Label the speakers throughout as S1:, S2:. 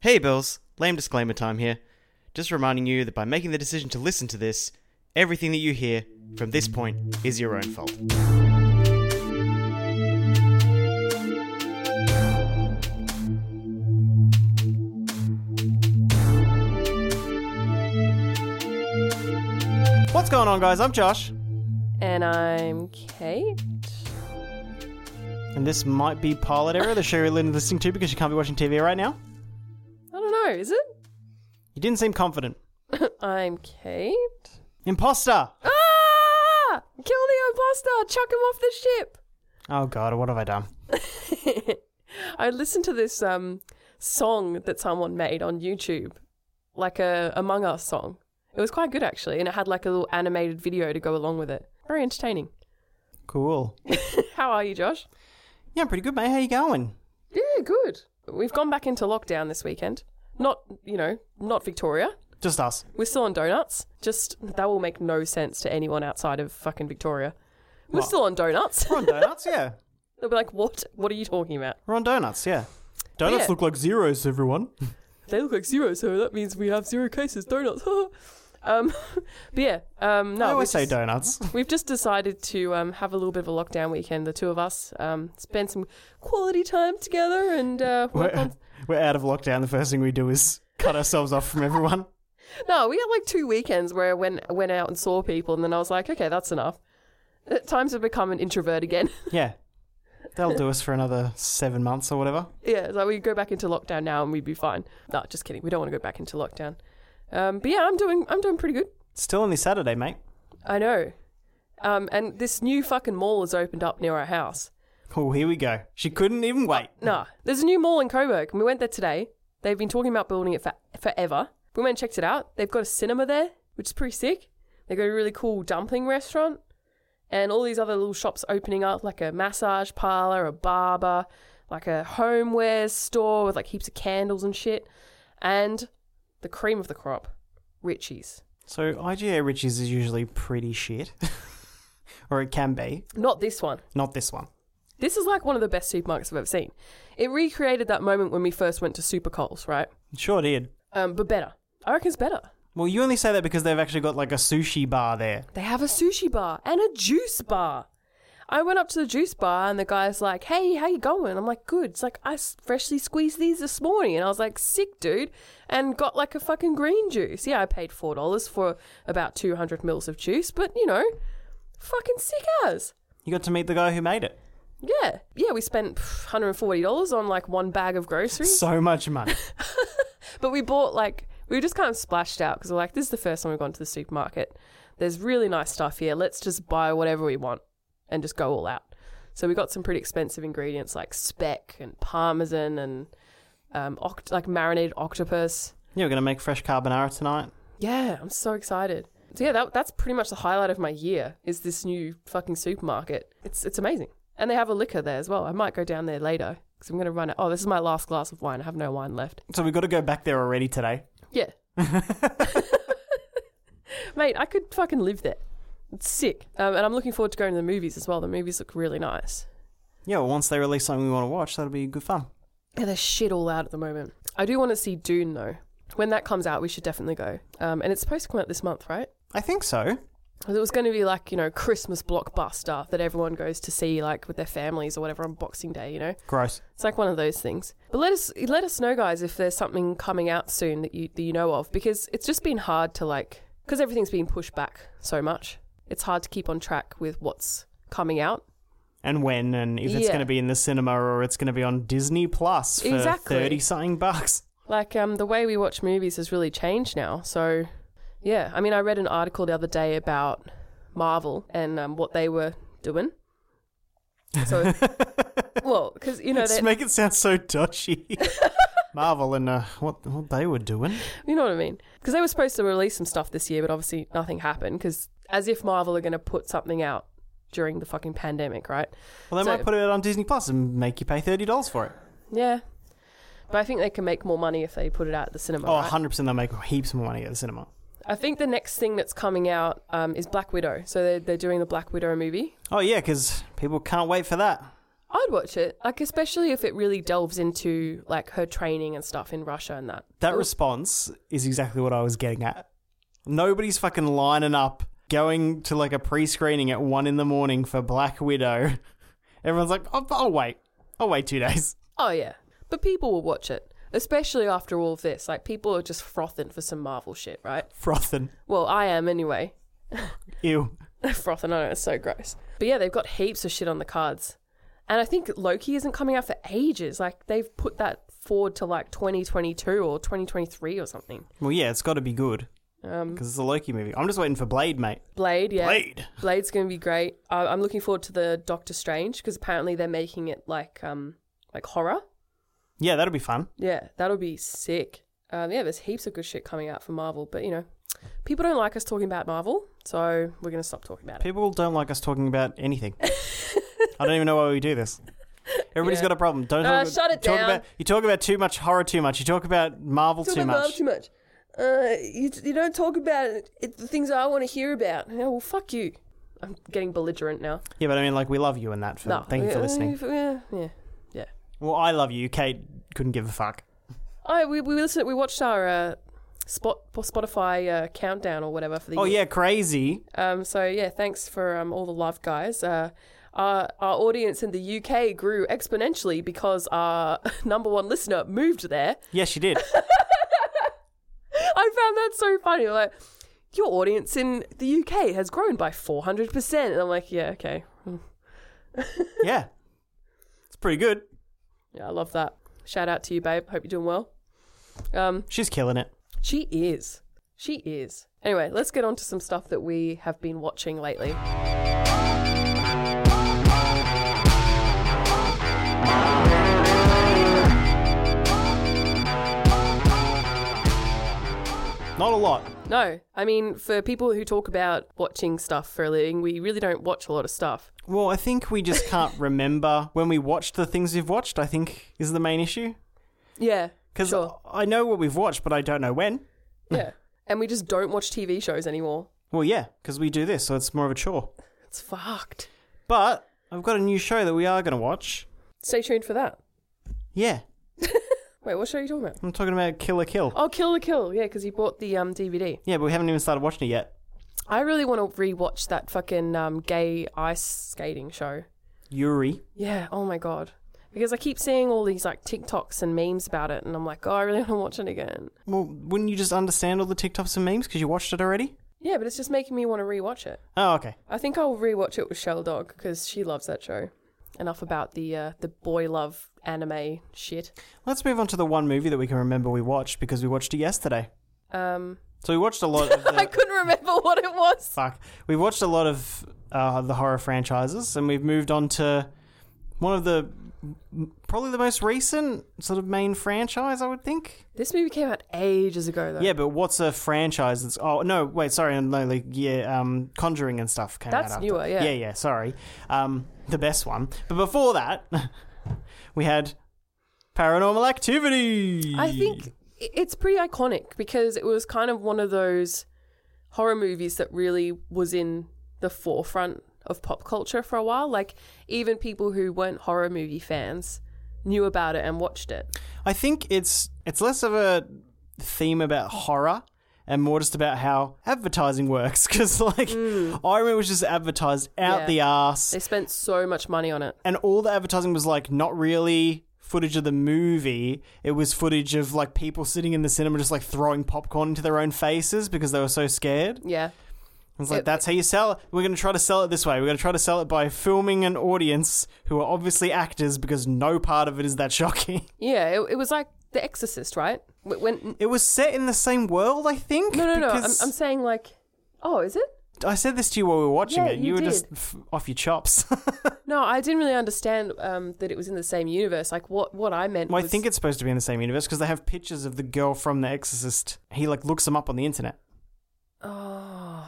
S1: Hey, Bills, lame disclaimer time here. Just reminding you that by making the decision to listen to this, everything that you hear from this point is your own fault. What's going on, guys? I'm Josh,
S2: And I'm Kate.
S1: and this might be Pilot Era, the show you're listening to because you can't be watching TV right now.
S2: I don't know, is it?
S1: You didn't seem confident.
S2: I'm Kate.
S1: Imposter!
S2: Ah! Kill the imposter! Chuck him off the ship!
S1: Oh, God, what have I done?
S2: I listened to this um, song that someone made on YouTube, like a Among Us song. It was quite good, actually, and it had like a little animated video to go along with it. Very entertaining.
S1: Cool.
S2: How are you, Josh?
S1: Yeah, I'm pretty good, mate. How you going?
S2: Yeah, good. We've gone back into lockdown this weekend. Not, you know, not Victoria.
S1: Just us.
S2: We're still on donuts. Just that will make no sense to anyone outside of fucking Victoria. We're
S1: What?
S2: still on donuts.
S1: We're on donuts, yeah.
S2: They'll be like, "What? What are you talking about?
S1: We're on donuts, yeah. Donuts
S2: Yeah.
S1: look like zeros, everyone.
S2: They look like zero, so that means we have zero cases. Donuts." um, but yeah, um, no,
S1: I
S2: we
S1: always say
S2: just-
S1: donuts.
S2: We've just decided to um, have a little bit of a lockdown weekend, the two of us. Um, spend some quality time together and uh, work
S1: We're,
S2: on.
S1: we're out of lockdown. The first thing we do is cut ourselves off from everyone.
S2: No, we had like two weekends where I went went out and saw people, and then I was like, okay, that's enough. At times, I've become an introvert again.
S1: Yeah. That'll do us for another seven months or whatever.
S2: Yeah, like we go back into lockdown now and we'd be fine. No, just kidding. We don't want to go back into lockdown. Um, but yeah, I'm doing I'm doing pretty good.
S1: Still only Saturday, mate.
S2: I know. Um, and this new fucking mall has opened up near our house.
S1: Oh, here we go. She couldn't even wait.
S2: Nah, there's a new mall in Coburg, and we went there today. They've been talking about building it for forever. We went and checked it out. They've got a cinema there, which is pretty sick. They've got a really cool dumpling restaurant, and all these other little shops opening up, like a massage parlor, a barber, like a homeware store with like heaps of candles and shit, and the cream of the crop, Richie's.
S1: So IGA Riches is usually pretty shit. or it can be.
S2: Not this one.
S1: Not this one.
S2: This is like one of the best supermarkets I've ever seen. It recreated that moment when we first went to Super Coles, right?
S1: It sure did.
S2: Um, but better. I reckon it's better.
S1: Well, you only say that because they've actually got like a sushi bar there.
S2: They have a sushi bar and a juice bar. I went up to the juice bar and the guy's like, "Hey, how you going?" I'm like, "Good." It's like I s- freshly squeezed these this morning, and I was like, "Sick, dude," and got like a fucking green juice. Yeah, I paid four dollars for about two hundred mils of juice, but you know, fucking sick as.
S1: You got to meet the guy who made it.
S2: Yeah, yeah. We spent hundred and forty dollars on like one bag of groceries.
S1: So much money.
S2: But we bought like we were just kind of splashed out because we're like, this is the first time we've gone to the supermarket. There's really nice stuff here. Let's just buy whatever we want and just go all out. So we got some pretty expensive ingredients like speck and parmesan and um, oct- like marinated octopus.
S1: Yeah, we're gonna make fresh carbonara tonight.
S2: Yeah, I'm so excited. So yeah, that, that's pretty much the highlight of my year is this new fucking supermarket. It's it's amazing, and they have a liquor there as well. I might go down there later because I'm gonna run out. Oh, this is my last glass of wine. I have no wine left.
S1: So we've got to go back there already today.
S2: Yeah. Mate, I could fucking live there. It's sick. Um, and I'm looking forward to going to the movies as well. The movies look really nice.
S1: Yeah, well, once they release something we want to watch, that'll be good fun.
S2: Yeah, they're shit all out at the moment. I do want to see Dune, though. When that comes out, we should definitely go. Um, and it's supposed to come out this month, right?
S1: I think so.
S2: 'Cause It was going to be like, you know, Christmas blockbuster that everyone goes to see, like, with their families or whatever on Boxing Day, you know?
S1: Gross.
S2: It's like one of those things. But let us let us know, guys, if there's something coming out soon that you that you know of, because it's just been hard to like because everything's been pushed back so much. It's hard to keep on track with what's coming out.
S1: And when, and if it's
S2: Yeah.
S1: going to be in the cinema or it's going to be on Disney Plus for
S2: Exactly.
S1: thirty something bucks.
S2: Like um, the way we watch movies has really changed now. So yeah, I mean, I read an article the other day about Marvel and um, what they were doing. So well, because you know
S1: Just
S2: they,
S1: make it sound so dodgy. Marvel and uh, what what they were doing.
S2: You know what I mean? Because they were supposed to release some stuff this year, but obviously nothing happened. Because as if Marvel are going to put something out during the fucking pandemic, right?
S1: Well, they
S2: So-
S1: might put it out on Disney Plus and make you pay thirty dollars for it.
S2: Yeah. But I think they can make more money if they put it out at the cinema.
S1: Oh,
S2: right?
S1: hundred percent. They'll make heaps more money at the cinema.
S2: I think the next thing that's coming out um, is Black Widow. So they're, they're doing the Black Widow movie.
S1: Oh yeah, because people can't wait for that.
S2: I'd watch it, like especially if it really delves into like her training and stuff in Russia and that.
S1: That response is exactly what I was getting at. Nobody's fucking lining up, going to like a pre screening at one in the morning for Black Widow. Everyone's like, I'll, I'll wait. I'll wait two days.
S2: Oh yeah, but people will watch it, especially after all of this. Like people are just frothing for some Marvel shit, right?
S1: Frothing.
S2: Well, I am anyway.
S1: Ew.
S2: frothing. I know it's so gross. But yeah, they've got heaps of shit on the cards, and I think Loki isn't coming out for ages. Like they've put that forward to like 2022 or 2023 or something.
S1: Well, yeah, it's got to be good. Because it's a Loki movie. I'm just waiting for Blade, mate.
S2: Blade, Um, yeah,
S1: Blade.
S2: Blade's going to be great. I I'm looking forward to the Doctor Strange because apparently they're making it like um like horror.
S1: Yeah, that'll be fun.
S2: Yeah, that'll be sick. Um, yeah, there's heaps of good shit coming out for Marvel, but you know, people don't like us talking about Marvel, so we're gonna stop talking about it.
S1: People don't like us talking about anything. I don't even know why we do this. Everybody's
S2: Yeah.
S1: got a problem. Don't talk,
S2: Uh,
S1: about-
S2: shut it
S1: talk
S2: down.
S1: About, you talk about too much horror, too much. You talk about Marvel
S2: Talk
S1: too
S2: about Marvel
S1: much.
S2: too much. Uh, you, you don't talk about it, it, the things I want to hear about. Yeah, well, fuck you. I'm getting belligerent now.
S1: Yeah, but I mean, like, we love you and that. For,
S2: No,
S1: Thank you for
S2: uh,
S1: listening.
S2: Yeah, yeah.
S1: Well, I love you. Kate couldn't give a fuck.
S2: I Oh, we we listened. We watched our uh, spot Spotify uh, countdown or whatever for the
S1: Oh,
S2: year.
S1: yeah, crazy.
S2: Um, so yeah, thanks for um, all the love, guys. Uh, our, our audience in the UK grew exponentially because our number one listener moved there.
S1: Yes, she did.
S2: I found that so funny. Like, your audience in the UK has grown by four hundred percent, and I'm like, yeah, okay,
S1: yeah. It's pretty good.
S2: yeah, I love that. Shout out to you, babe. Hope you're doing well. Um,
S1: She's killing it.
S2: she is. She is. Anyway, let's get on to some stuff that we have been watching lately.
S1: Not a lot.
S2: No, I mean, for people who talk about watching stuff for a living, we really don't watch a lot of stuff.
S1: Well, I think we just can't remember when we watched the things we've watched, I think is the main issue.
S2: Yeah.
S1: Because
S2: Sure.
S1: I know what we've watched, but I don't know when.
S2: Yeah. and we just don't watch TV shows anymore.
S1: Well, yeah, because we do this, so it's more of a chore.
S2: It's fucked.
S1: But I've got a new show that we are going to watch.
S2: Stay tuned for that.
S1: Yeah,
S2: Wait, what show are you talking about?
S1: I'm talking about Killer Kill.
S2: Oh, Kill the Kill. Yeah, because you bought the um, DVD.
S1: Yeah, but we haven't even started watching it yet.
S2: I really want to rewatch that fucking um, gay ice skating show.
S1: Yuri.
S2: Yeah. Oh my god. Because I keep seeing all these like TikToks and memes about it, and I'm like, oh, I really want to watch it again.
S1: Well, wouldn't you just understand all the TikToks and memes because you watched it already?
S2: Yeah, but it's just making me want to rewatch it.
S1: Oh, okay.
S2: I think I'll rewatch it with Shell Dog because she loves that show. Enough about the uh, the boy love anime shit.
S1: Let's move on to the one movie that we can remember we watched because we watched it yesterday.
S2: Um,
S1: So we watched a lot of the,
S2: I couldn't remember what it was.
S1: fuck. We watched a lot of uh, the horror franchises, and we've moved on to one of the probably the most recent sort of main franchise, I would think.
S2: This movie came out ages ago, though.
S1: Yeah, but what's a franchise? That's, oh no, wait, sorry, no, like yeah, um, Conjuring and stuff came
S2: That's
S1: out. after.
S2: newer, yeah.
S1: yeah, yeah. Sorry, um, the best one. But before that, we had Paranormal Activity.
S2: I think i- it's pretty iconic because it was kind of one of those horror movies that really was in the forefront of pop culture for a while. Like, even people who weren't horror movie fans knew about it and watched it.
S1: I think it's it's less of a theme about horror and more just about how advertising works. Because like, Iron Man was just advertised out
S2: Mm. Yeah.
S1: the ass.
S2: They spent so much money on it.
S1: and all the advertising was like not really footage of the movie it was footage of like people sitting in the cinema just like throwing popcorn into their own faces because they were so scared
S2: Yeah.
S1: it's like
S2: It-
S1: that's how you sell it we're going to try to sell it this way we're going to try to sell it by filming an audience who are obviously actors because no part of it is that shocking
S2: Yeah. It, it was like The Exorcist, right? Wh- When.
S1: it was set in the same world i think
S2: No, no, no. I'm, I'm
S1: because
S2: saying, like, oh, is it?
S1: i said this to you while we were watching
S2: Yeah,
S1: it
S2: you
S1: were
S2: did.
S1: just f- off your chops
S2: No, I didn't really understand um, that it was in the same universe. Like, what, what I meant
S1: well, i
S2: was.
S1: think it's supposed to be in the same universe because they have pictures of the girl from the exorcist he like looks them up on the internet
S2: Oh.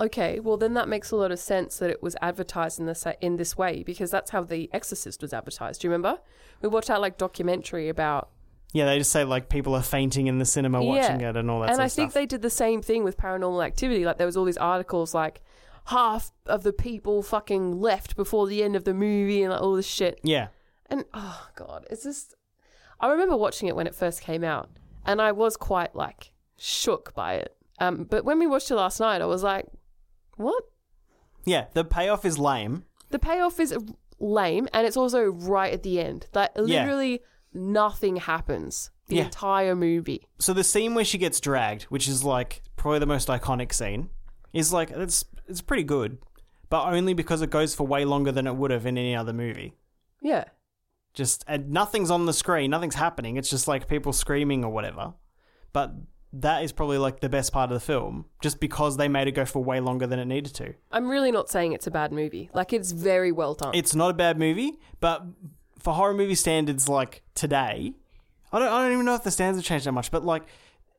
S2: Okay, well then that makes a lot of sense that it was advertised in this in this way because that's how The Exorcist was advertised. Do you remember? We watched that like documentary about
S1: Yeah, they just say like people are fainting in the cinema watching
S2: Yeah.
S1: it and all that
S2: and
S1: sort
S2: I
S1: of
S2: think
S1: stuff.
S2: they did the same thing with Paranormal Activity. Like there was all these articles like half of the people fucking left before the end of the movie and like, all this shit.
S1: Yeah.
S2: And oh god, it's just I remember watching it when it first came out and I was quite like shook by it. Um, but when we watched it last night, I was like, what?
S1: Yeah. The payoff is lame.
S2: The payoff is lame and it's also right at the end. Like
S1: Yeah.
S2: literally nothing happens the
S1: Yeah.
S2: entire movie.
S1: So the scene where she gets dragged, which is like probably the most iconic scene, is like it's it's pretty good, but only because it goes for way longer than it would have in any other movie.
S2: Yeah.
S1: Just and nothing's on the screen, nothing's happening. It's just like people screaming or whatever. But that is probably like the best part of the film, just because they made it go for way longer than it needed to.
S2: I'm really not saying it's a bad movie. Like it's very well done.
S1: It's not a bad movie, but for horror movie standards like today, I don't I don't even know if the standards have changed that much, but like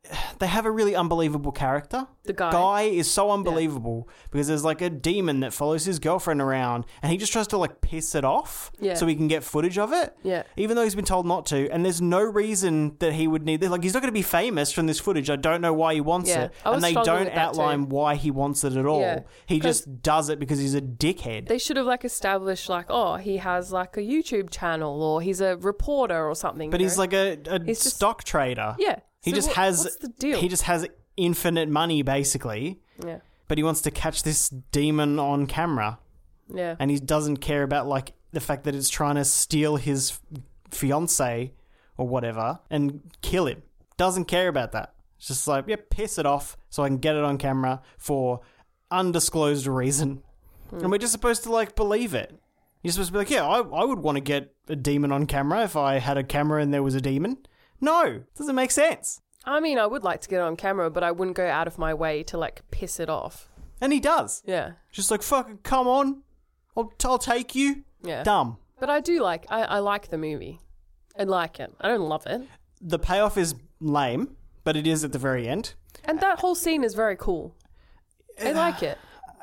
S1: they have a really unbelievable character.
S2: the guy.
S1: guy is so unbelievable because there's like a demon that follows his girlfriend around and he just tries to like piss it off
S2: Yeah.
S1: so he can get footage of it.
S2: Yeah.
S1: Even though he's been told not to, and there's no reason that he would need this. Like, he's not going to be famous from this footage. I don't know why he wants
S2: Yeah.
S1: it.
S2: I was
S1: And they
S2: struggling
S1: don't
S2: with that too.
S1: outline why he wants it at all.
S2: Yeah.
S1: He
S2: 'Cause-
S1: just does it because he's a dickhead.
S2: They should have like established like, oh, he has like a YouTube channel or he's a reporter or something.
S1: But
S2: you
S1: he's
S2: know?
S1: like a, a
S2: He's just-
S1: stock trader.
S2: Yeah.
S1: He
S2: So
S1: just
S2: what-
S1: has
S2: what's the deal?
S1: he just has infinite money basically,
S2: Yeah.
S1: but he wants to catch this demon on camera.
S2: Yeah.
S1: and he doesn't care about like the fact that it's trying to steal his fiance or whatever and kill him. Doesn't care about that. It's just like, yeah, piss it off so I can get it on camera for undisclosed reason. And we're just supposed to like believe it. You're supposed to be like, yeah, I, I would want to get a demon on camera if I had a camera and there was a demon. No, doesn't make sense.
S2: I mean, I would like to get on camera, but I wouldn't go out of my way to like piss it off.
S1: And he does.
S2: Yeah.
S1: Just like, fucking come on. I'll, I'll take you.
S2: Yeah.
S1: Dumb.
S2: But I do like I, I like the movie. I like it. I don't love it.
S1: the payoff is lame, but it is at the very end.
S2: And that whole scene is very cool. I like it.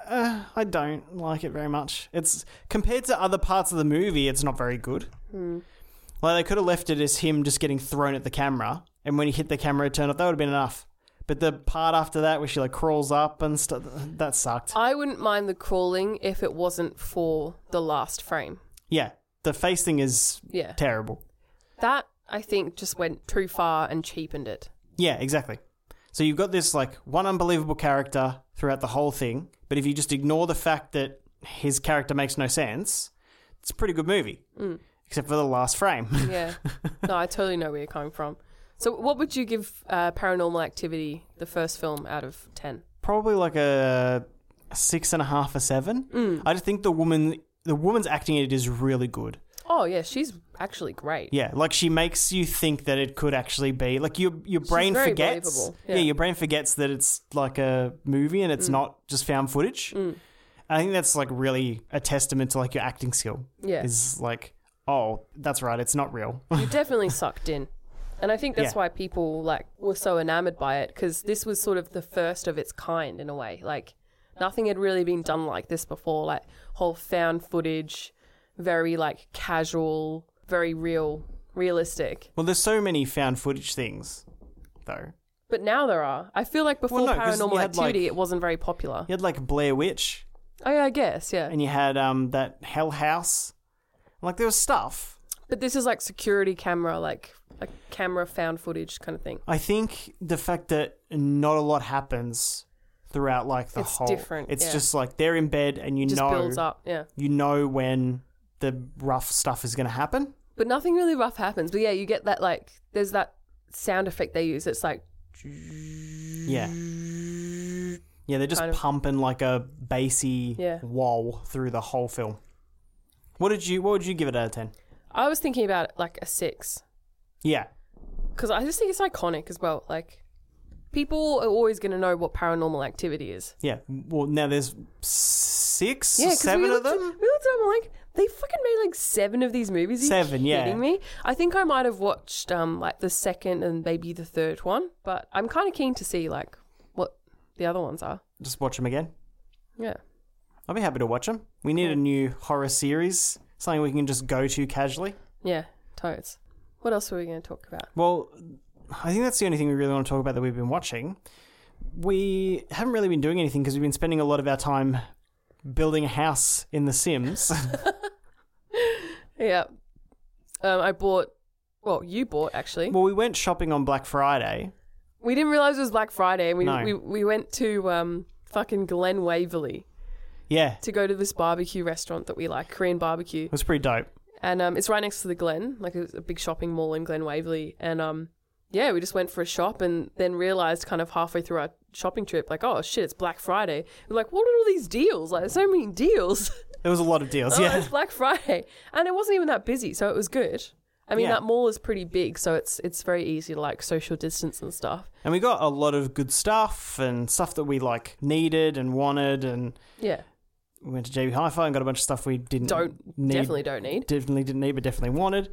S1: I don't like it very much. It's compared to other parts of the movie, it's not very good. Like they could have left it as him just getting thrown at the camera, and when he hit the camera, it turned off. That would have been enough. But the part after that, where she like crawls up and stuff, that sucked.
S2: I wouldn't mind the crawling if it wasn't for the last frame.
S1: Yeah, the face thing is
S2: Yeah.
S1: terrible.
S2: That I think just went too far and cheapened it.
S1: Yeah, exactly. So you've got this like one unbelievable character throughout the whole thing, but if you just ignore the fact that his character makes no sense, it's a pretty good movie. Except for the last frame.
S2: Yeah. no, I totally know where you're coming from. So, what would you give uh, Paranormal Activity, the first film, out of 10?
S1: Probably like a six and a half or seven. I just think the woman the woman's acting in it is really good.
S2: Oh, yeah, she's actually great.
S1: Yeah, like she makes you think that it could actually be like your your brain
S2: very
S1: forgets.
S2: believable,
S1: Yeah.
S2: yeah. Mm.
S1: your brain forgets that it's like a movie and it's not just found footage. I think that's like really a testament to like your acting skill.
S2: Yeah.
S1: is like oh that's right, it's not real.
S2: You definitely sucked in. And I think that's
S1: Yeah.
S2: why people like were so enamored by it because this was sort of the first of its kind in a way. Like nothing had really been done like this before. Like whole found footage, very like casual, very real, realistic.
S1: well, there's so many found footage things though.
S2: But now there are. I feel like before
S1: Well, no, 'cause you
S2: Paranormal
S1: had, like-
S2: Activity, it wasn't very popular.
S1: You had like Blair Witch
S2: Oh yeah, I guess yeah.
S1: and you had um that Hell House. Like there was stuff.
S2: But this is like security camera, like a camera found footage kind of thing.
S1: I think the fact that not a lot happens throughout like the
S2: It's
S1: whole
S2: different,
S1: it's
S2: yeah.
S1: just like they're in bed and you
S2: Just
S1: know
S2: builds up, yeah.
S1: you know when the rough stuff is going to happen.
S2: But nothing really rough happens. But yeah, you get that like there's that sound effect they use. It's like
S1: Yeah. Yeah, they're just
S2: Kind of-
S1: pumping like a bassy
S2: Yeah.
S1: wall through the whole film. What did you what would you give it out of 10?
S2: I was thinking about it like a six
S1: Yeah.
S2: because I just think it's iconic as well. Like people are always going to know what Paranormal Activity is.
S1: Yeah. Well, now there's 6
S2: Yeah,
S1: 7
S2: 'cause we
S1: of
S2: looked
S1: them.
S2: At, we looked at them like they fucking made like seven of these movies. Are you
S1: Seven, yeah.
S2: kidding me? I think I might have watched um like the second and maybe the third one, but I'm kind of keen to see like what the other ones are.
S1: Just watch them again.
S2: Yeah,
S1: I'll be happy to watch them. We need a new horror series, something we can just go to casually.
S2: yeah, totes. What else were we going to talk about?
S1: Well, I think that's the only thing we really want to talk about that we've been watching. We haven't really been doing anything because we've been spending a lot of our time building a house in The Sims.
S2: Yeah. Um, I bought, well, you bought actually.
S1: well, we went shopping on Black Friday.
S2: We didn't realize it was Black Friday. and We,
S1: No.
S2: we, we went to um, fucking Glen Waverley
S1: Yeah,
S2: to go to this barbecue restaurant that we like, Korean barbecue.
S1: it was pretty dope.
S2: And um, it's right next to the Glen, like a, a big shopping mall in Glen Waverley. And um, yeah, we just went for a shop and then realized kind of halfway through our shopping trip, like, oh shit, it's Black Friday. We're like, what are all these deals? Like, there's so many deals.
S1: There was a lot of deals.
S2: Oh,
S1: yeah.
S2: it's Black Friday, and it wasn't even that busy, so it was good. I mean,
S1: Yeah.
S2: that mall is pretty big, so it's it's very easy to like social distance and stuff.
S1: And we got a lot of good stuff and stuff that we like needed and wanted. And
S2: Yeah,
S1: we went to JB Hi-Fi and got a bunch of stuff we didn't
S2: Don't-
S1: need,
S2: definitely don't need.
S1: definitely didn't need, but definitely wanted.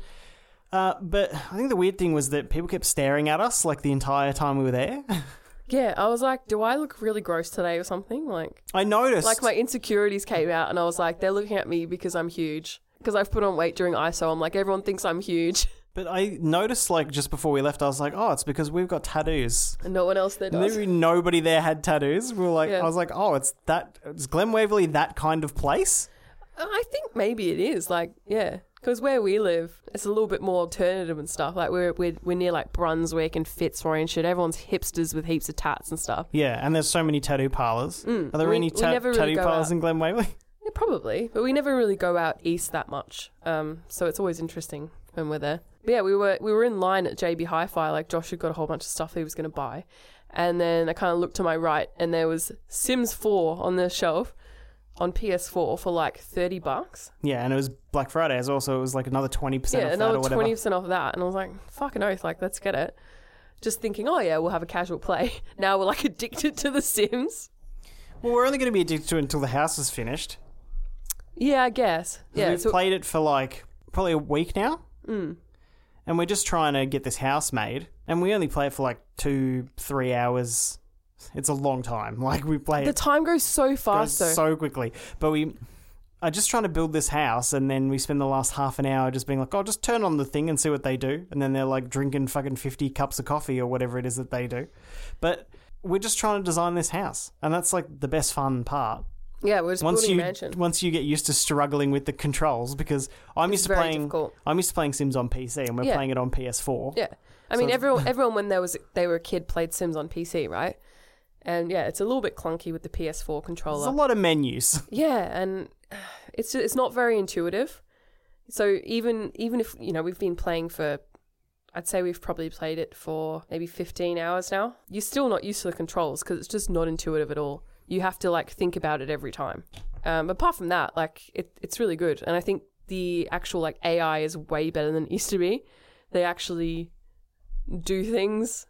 S1: Uh, but I think the weird thing was that people kept staring at us like the entire time we were there.
S2: yeah. I was like, do I look really gross today or something? Like,
S1: I noticed.
S2: like my insecurities came out, and I was like, they're looking at me because I'm huge. Because I've put on weight during ISO, I'm like everyone thinks I'm huge,
S1: but I noticed like just before we left, I was like, oh, it's because we've got tattoos.
S2: and no one else there does.
S1: Literally nobody there had tattoos. We were like,
S2: Yeah.
S1: I was like, oh, it's that. Is Glen Waverley that kind of place?
S2: I think maybe it is like yeah, because where we live, it's a little bit more alternative and stuff. Like we're we're, we're near like Brunswick and Fitzroy and shit. Everyone's hipsters with heaps of tats and stuff.
S1: Yeah, and there's so many tattoo parlors. Are there
S2: Mm. We-
S1: any
S2: we
S1: ta-
S2: never really
S1: tattoo
S2: go
S1: parlors
S2: out.
S1: in Glen Waverley?
S2: Yeah, probably, but we never really go out east that much, um, so it's always interesting when we're there. But yeah, we were we were in line at JB Hi-Fi. Like Josh had got a whole bunch of stuff he was going to buy, and then I kind of looked to my right, and there was Sims 4 on the shelf on PS4 for like thirty bucks.
S1: Yeah, and it was Black Friday as well, so it was like another twenty percent
S2: yeah,
S1: off that
S2: another
S1: or whatever.
S2: twenty percent off that, and I was like, "Fucking oath, like let's get it." Just thinking, oh yeah, we'll have a casual play. Now we're like addicted to The Sims.
S1: Well, we're only going to be addicted to it until the house is finished.
S2: Yeah, I guess. Yeah,
S1: We've
S2: so
S1: played it for like probably a week now, mm. and we're just trying to get this house made. And we only play it for like two, three hours. It's a long time. Like we play
S2: the
S1: it
S2: time goes so
S1: goes
S2: fast, though.
S1: so quickly, but we are just trying to build this house, and then we spend the last half an hour just being like, "Oh, just turn on the thing and see what they do," and then they're like drinking fucking fifty cups of coffee or whatever it is that they do. But we're just trying to design this house, and that's like the best fun part.
S2: yeah, we're just
S1: once
S2: building
S1: you
S2: a mansion.
S1: once you get used to struggling with the controls because I'm used to
S2: very
S1: playing
S2: difficult.
S1: I'm used to playing Sims on PC and we're
S2: Yeah.
S1: playing it on PS4.
S2: Yeah, I mean, everyone, everyone when there was they were a kid played Sims on PC, right? And yeah, it's a little bit clunky with the PS4
S1: There's a
S2: controller.
S1: lot of menus.
S2: Yeah, and it's ju- it's not very intuitive. So even even if you know we've been playing for, I'd say we've probably played it for maybe fifteen hours now. You're still not used to the controls because it's just not intuitive at all. You have to like think about it every time. Um, apart from that, like it, it's really good, and I think the actual like AI is way better than it used to be. They actually do things.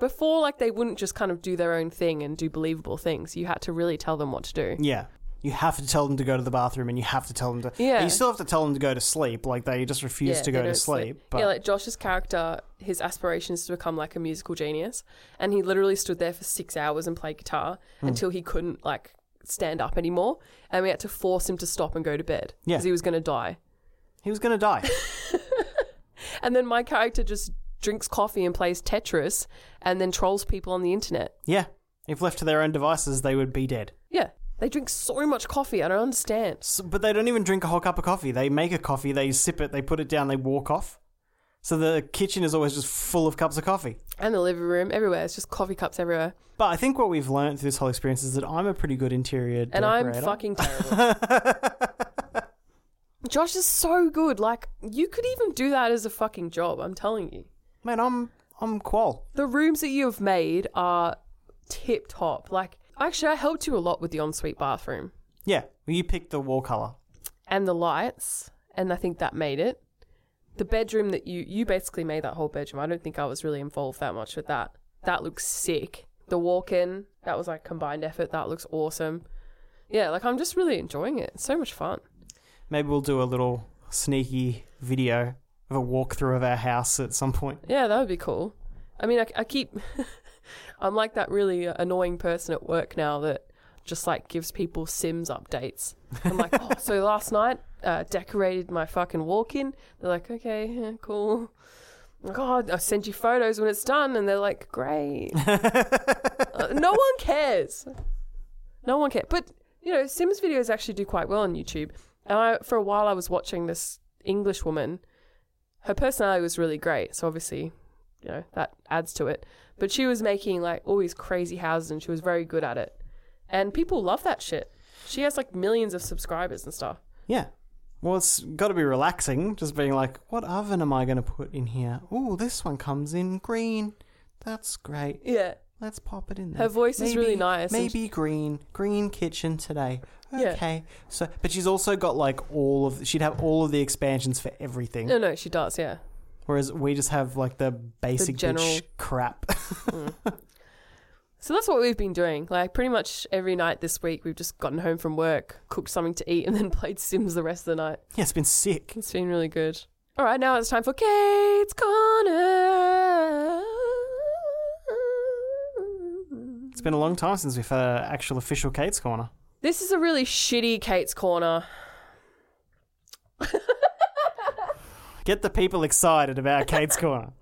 S2: Before, like they wouldn't just kind of do their own thing and do believable things. You had to really tell them what to do.
S1: Yeah. You have to tell them to go to the bathroom and you have to tell them to
S2: Yeah.
S1: you still have to tell them to go to sleep like they just refuse to
S2: they
S1: go to
S2: don't
S1: sleep, but
S2: yeah, like Josh's character, his aspiration is to become like a musical genius, and he literally stood there for six hours and played guitar
S1: Hmm.
S2: until he couldn't like stand up anymore, and we had to force him to stop and go to bed
S1: Yeah.
S2: because he was going to die.
S1: he was going to die.
S2: And then my character just drinks coffee and plays Tetris, and then trolls people on the internet.
S1: yeah. If left to their own devices, they would be dead.
S2: Yeah, they drink so much coffee. I don't understand.
S1: So, but they don't even drink a whole cup of coffee. They make a coffee, they sip it, they put it down, they walk off. So the kitchen is always just full of cups of coffee.
S2: And the living room, everywhere, it's just coffee cups everywhere.
S1: But I think what we've learned through this whole experience is that I'm a pretty good interior
S2: And I'm
S1: decorator.
S2: fucking terrible. Josh is so good. Like, you could even do that as a fucking job, I'm telling you.
S1: man, I'm I'm qual.
S2: The rooms that you have made are tip top. Like, actually, I helped you a lot with the ensuite bathroom
S1: Yeah, well, you picked the wall color.
S2: and the lights, and I think that made it. The bedroom that you you basically made that whole bedroom. I don't think I was really involved that much with that. That looks sick. The walk-in that was like combined effort. That looks awesome. Yeah, like I'm just really enjoying it. It's so much fun.
S1: Maybe we'll do a little sneaky video of a walkthrough of our house at some point.
S2: Yeah, that would be cool. I mean, I, I keep. I'm like that really uh, annoying person at work now that just like gives people Sims updates. I'm like, oh, so last night uh, decorated my fucking walk-in. They're like, okay, yeah, cool. I'm like, oh, I'll send you photos when it's done, and they're like, great. Uh, no one cares. No one cares. But you know, Sims videos actually do quite well on YouTube. And I, for a while, I was watching this English woman. Her personality was really great, so obviously, you know, that adds to it. But she was making like all these crazy houses, and she was very good at it. And people love that shit. She has like millions of subscribers and stuff.
S1: Yeah. Well, it's got to be relaxing, just being like, what oven am I going to put in here? Ooh, this one comes in green. That's great.
S2: Yeah,
S1: Let's pop it in there.
S2: Her voice is really nice and-
S1: Maybe green. Green kitchen today.
S2: Yeah.
S1: Okay. So, but she's also got like all of, she'd have all of the expansions for everything.
S2: no, no, she does. Yeah,
S1: Whereas we just have like the basic
S2: general-
S1: bitch crap.
S2: So that's what we've been doing. Like pretty much every night this week, we've just gotten home from work, cooked something to eat, and then played Sims the rest of the night.
S1: yeah, it's been sick.
S2: It's been really good. All right, now it's time for Kate's Corner.
S1: It's been a long time since we've had an actual official Kate's Corner.
S2: This is a really shitty Kate's Corner.
S1: Get the people excited about Kate's Corner.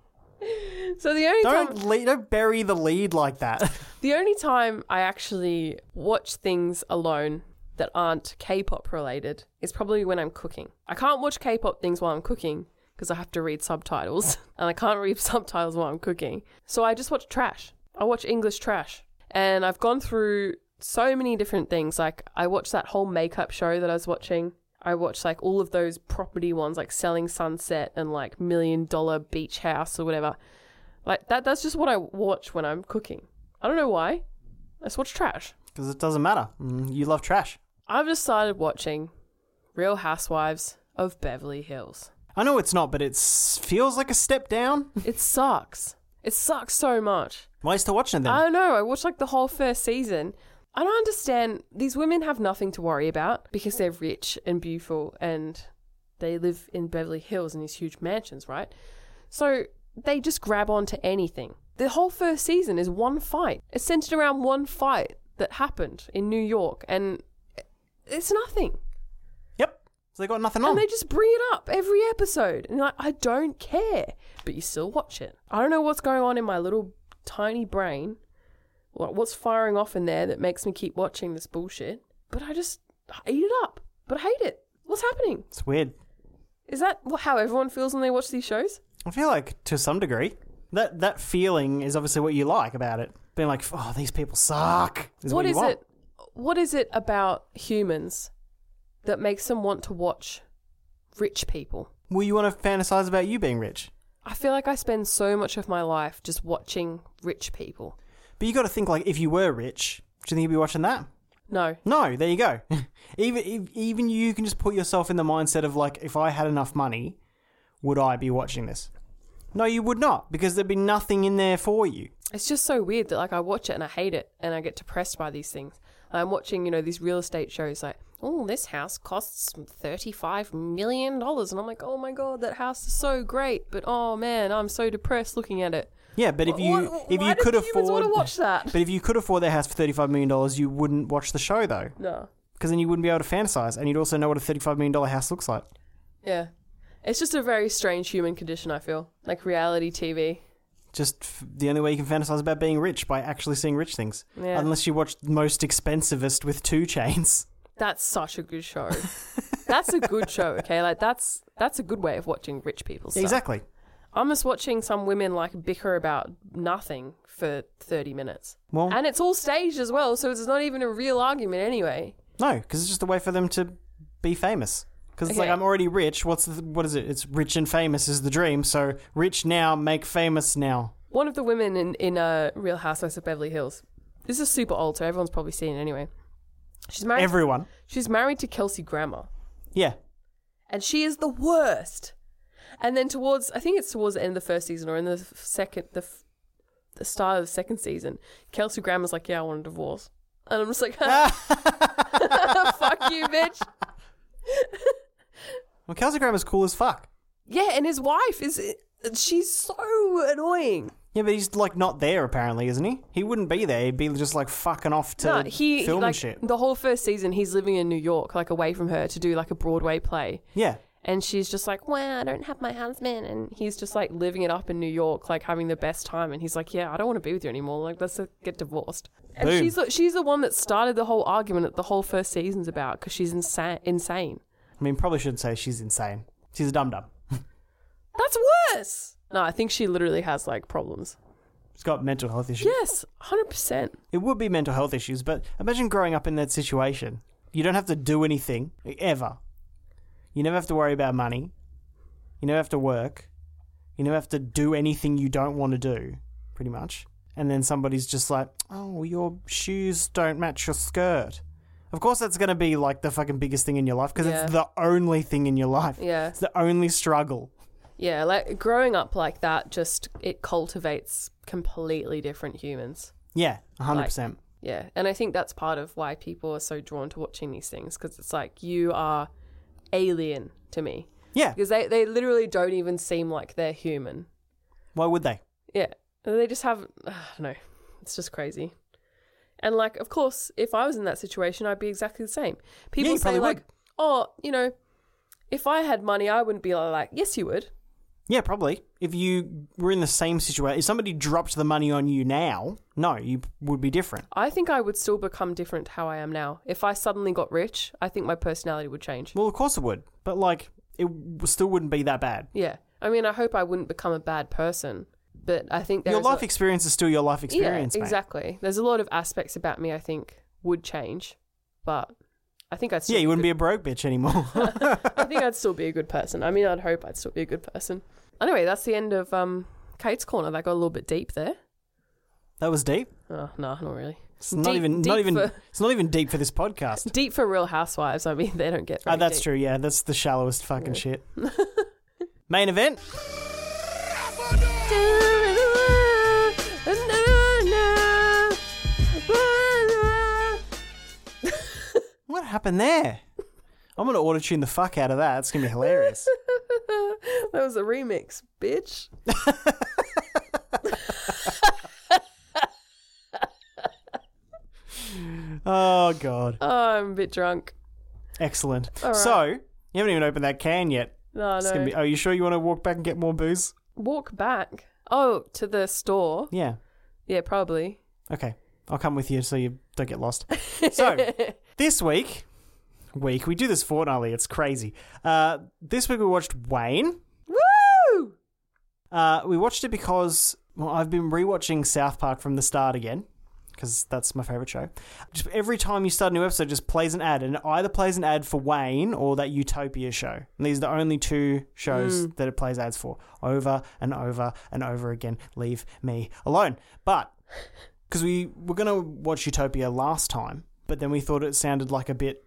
S2: So the only time
S1: Don't le- don't bury the lead like that.
S2: The only time I actually watch things alone that aren't K pop related is probably when I'm cooking. I can't watch K pop things while I'm cooking because I have to read subtitles and I can't read subtitles while I'm cooking. So I just watch trash. I watch English trash. And I've gone through so many different things. Like, I watched that whole makeup show that I was watching. I watched like all of those property ones, like Selling Sunset and like Million Dollar Beach House or whatever. Like that that's just what I watch when I'm cooking. I don't know why. I just watch trash.
S1: Because it doesn't matter. Mm, You love trash.
S2: I've just started watching Real Housewives of Beverly Hills.
S1: I know it's not, but it feels like a step down.
S2: It sucks. It sucks so much.
S1: Why are you still watching it then?
S2: I don't know. I watched like the whole first season. I don't understand. These women have nothing to worry about because they're rich and beautiful and they live in Beverly Hills in these huge mansions, right? So they just grab onto anything. The whole first season is one fight. It's centered around one fight that happened in New York and it's nothing.
S1: yep. So they got nothing on.
S2: And they just bring it up every episode. And like, I don't care. But you still watch it. I don't know what's going on in my little tiny brain. Like, what's firing off in there that makes me keep watching this bullshit? But I just I eat it up. But I hate it. What's happening?
S1: it's weird.
S2: Is that wh- how everyone feels when they watch these shows?
S1: I feel like to some degree that that feeling is obviously what you like about it. Being like, oh, these people suck. Is what,
S2: what
S1: you
S2: is
S1: want.
S2: it? What is it about humans that makes them want to watch rich people?
S1: Well, you want to fantasize about you being rich,
S2: I feel like I spend so much of my life just watching rich people.
S1: but you got to think like if you were rich, do you think you'd be watching that?
S2: No,
S1: No, there you go. even if, even you can just put yourself in the mindset of like, if I had enough money, would I be watching this? No, you would not, because there'd be nothing in there for you.
S2: it's just so weird that like I watch it and I hate it and I get depressed by these things. I'm watching, you know, these real estate shows like, oh, this house costs thirty-five million dollars, and I'm like, oh my god, that house is so great, but oh man, I'm so depressed looking at it.
S1: Yeah, but if you
S2: Why- why
S1: if you
S2: do
S1: could
S2: humans
S1: afford,
S2: wanna watch that?
S1: but if you could afford their house for thirty five million dollars, you wouldn't watch the show though,
S2: No,
S1: because then you wouldn't be able to fantasize, and you'd also know what a thirty five million dollar house looks like.
S2: yeah, it's just a very strange human condition. I feel like reality TV.
S1: Just f- the only way you can fantasize about being rich by actually seeing rich things,
S2: Yeah.
S1: unless you watch most expensivest with two chains.
S2: That's such a good show. that's a good show. Okay, like that's that's a good way of watching rich people. Stuff.
S1: Exactly.
S2: I'm just watching some women like bicker about nothing for 30 minutes.
S1: Well-
S2: and it's all staged as well, so it's not even a real argument anyway.
S1: No, because it's just a way for them to be famous. Because it's like
S2: Okay.
S1: I'm already rich. What's the, what is it? It's rich and famous is the dream. So rich now, make famous now.
S2: One of the women in, in uh, Real Housewives of Beverly Hills, this is super old, so everyone's probably seen it anyway. She's married,
S1: Everyone.
S2: she's married to Kelsey Grammer,
S1: Yeah.
S2: and she is the worst. And then towards, I think it's towards the end of the first season or in the f- second, the, f- the start of the second season, Kelsey Grammer's like, yeah, I want a divorce. And I'm just like, fuck you, bitch.
S1: Well, Kelsey Grammer's cool as fuck.
S2: Yeah, and his wife is she's so annoying.
S1: Yeah, but he's like not there apparently, isn't he? He wouldn't be there. He'd be just like fucking off to
S2: No, he, he
S1: film
S2: like
S1: and shit.
S2: the whole first season he's living in New York, like away from her to do like a Broadway play.
S1: Yeah.
S2: And she's just like, wow, I don't have my husband. And he's just like living it up in New York, like having the best time. And he's like, yeah, I don't want to be with you anymore. Like, let's uh, get divorced. And
S1: Boom.
S2: she's the, she's the one that started the whole argument that the whole first season's about because she's insa- insane.
S1: I mean, probably should say she's insane. She's a dum dum.
S2: That's worse. No, I think she literally has like problems.
S1: She's got mental health issues.
S2: Yes, 100%.
S1: It would be mental health issues, but imagine growing up in that situation. You don't have to do anything ever. You never have to worry about money. You never have to work. You never have to do anything you don't want to do, pretty much. And then somebody's just like, "Oh, your shoes don't match your skirt." Of course, that's going to be like the fucking biggest thing in your life because
S2: Yeah.
S1: it's the only thing in your life.
S2: Yeah.
S1: It's the only struggle.
S2: Yeah, like growing up like that just it cultivates completely different humans.
S1: Yeah, hundred percent.
S2: Yeah, and I think that's part of why people are so drawn to watching these things because it's like you are alien to me
S1: Yeah.
S2: because they they literally don't even seem like they're human.
S1: Why would they?
S2: Yeah, they just have I don't know. It's just crazy. And like, of course, if I was in that situation, I'd be exactly the same. People
S1: you
S2: say
S1: probably
S2: like,
S1: would.
S2: "Oh, you know, if I had money, I wouldn't be like, yes, you would."
S1: Yeah, probably. If you were in the same situation, if somebody dropped the money on you now, no, you would be different.
S2: I think I would still become different to how I am now. If I suddenly got rich, I think my personality would change.
S1: Well, of course it would, but like it w- still wouldn't be that bad.
S2: Yeah. I mean, I hope I wouldn't become a bad person, but I think there's
S1: your life experience is still your life experience,
S2: yeah,
S1: mate.
S2: exactly. There's a lot of aspects about me I think would change, but I think I'd still
S1: Yeah, you wouldn't be a broke bitch anymore.
S2: I think I'd still be a good person. I mean, I'd hope I'd still be a good person. Anyway, that's the end of um Kate's corner. That got a little bit deep there.
S1: that was deep.
S2: Oh, no, not really.
S1: It's not
S2: Deep-
S1: even
S2: deep
S1: not even
S2: for-
S1: it's not even deep for this podcast.
S2: Deep for Real Housewives. I mean, they don't get.
S1: Oh,
S2: very
S1: that's
S2: deep.
S1: true. Yeah, that's the shallowest fucking shit. Main event. What happened there? I'm gonna auto tune the fuck out of that. It's gonna be hilarious.
S2: That was a remix, bitch.
S1: oh god,
S2: Oh, I'm a bit drunk.
S1: excellent.
S2: All right.
S1: So you haven't even opened that can yet.
S2: No,
S1: It's
S2: no.
S1: gonna be, are you sure you want to walk back and get more booze?
S2: Walk back. Oh, to the store.
S1: Yeah.
S2: Yeah, probably.
S1: Okay. I'll come with you so you don't get lost. So this week, week we do this fortnightly. It's crazy. Uh, this week we watched Wayne.
S2: Woo!
S1: Uh, we watched it because well, I've been rewatching South Park from the start again because that's my favorite show. Just every time you start a new episode, it just plays an ad, and it either plays an ad for Wayne or that Utopia show. And these are the only two shows that it plays ads for over and over and over again. Leave me alone. But because we were going to watch Utopia last time, but then we thought it sounded like a bit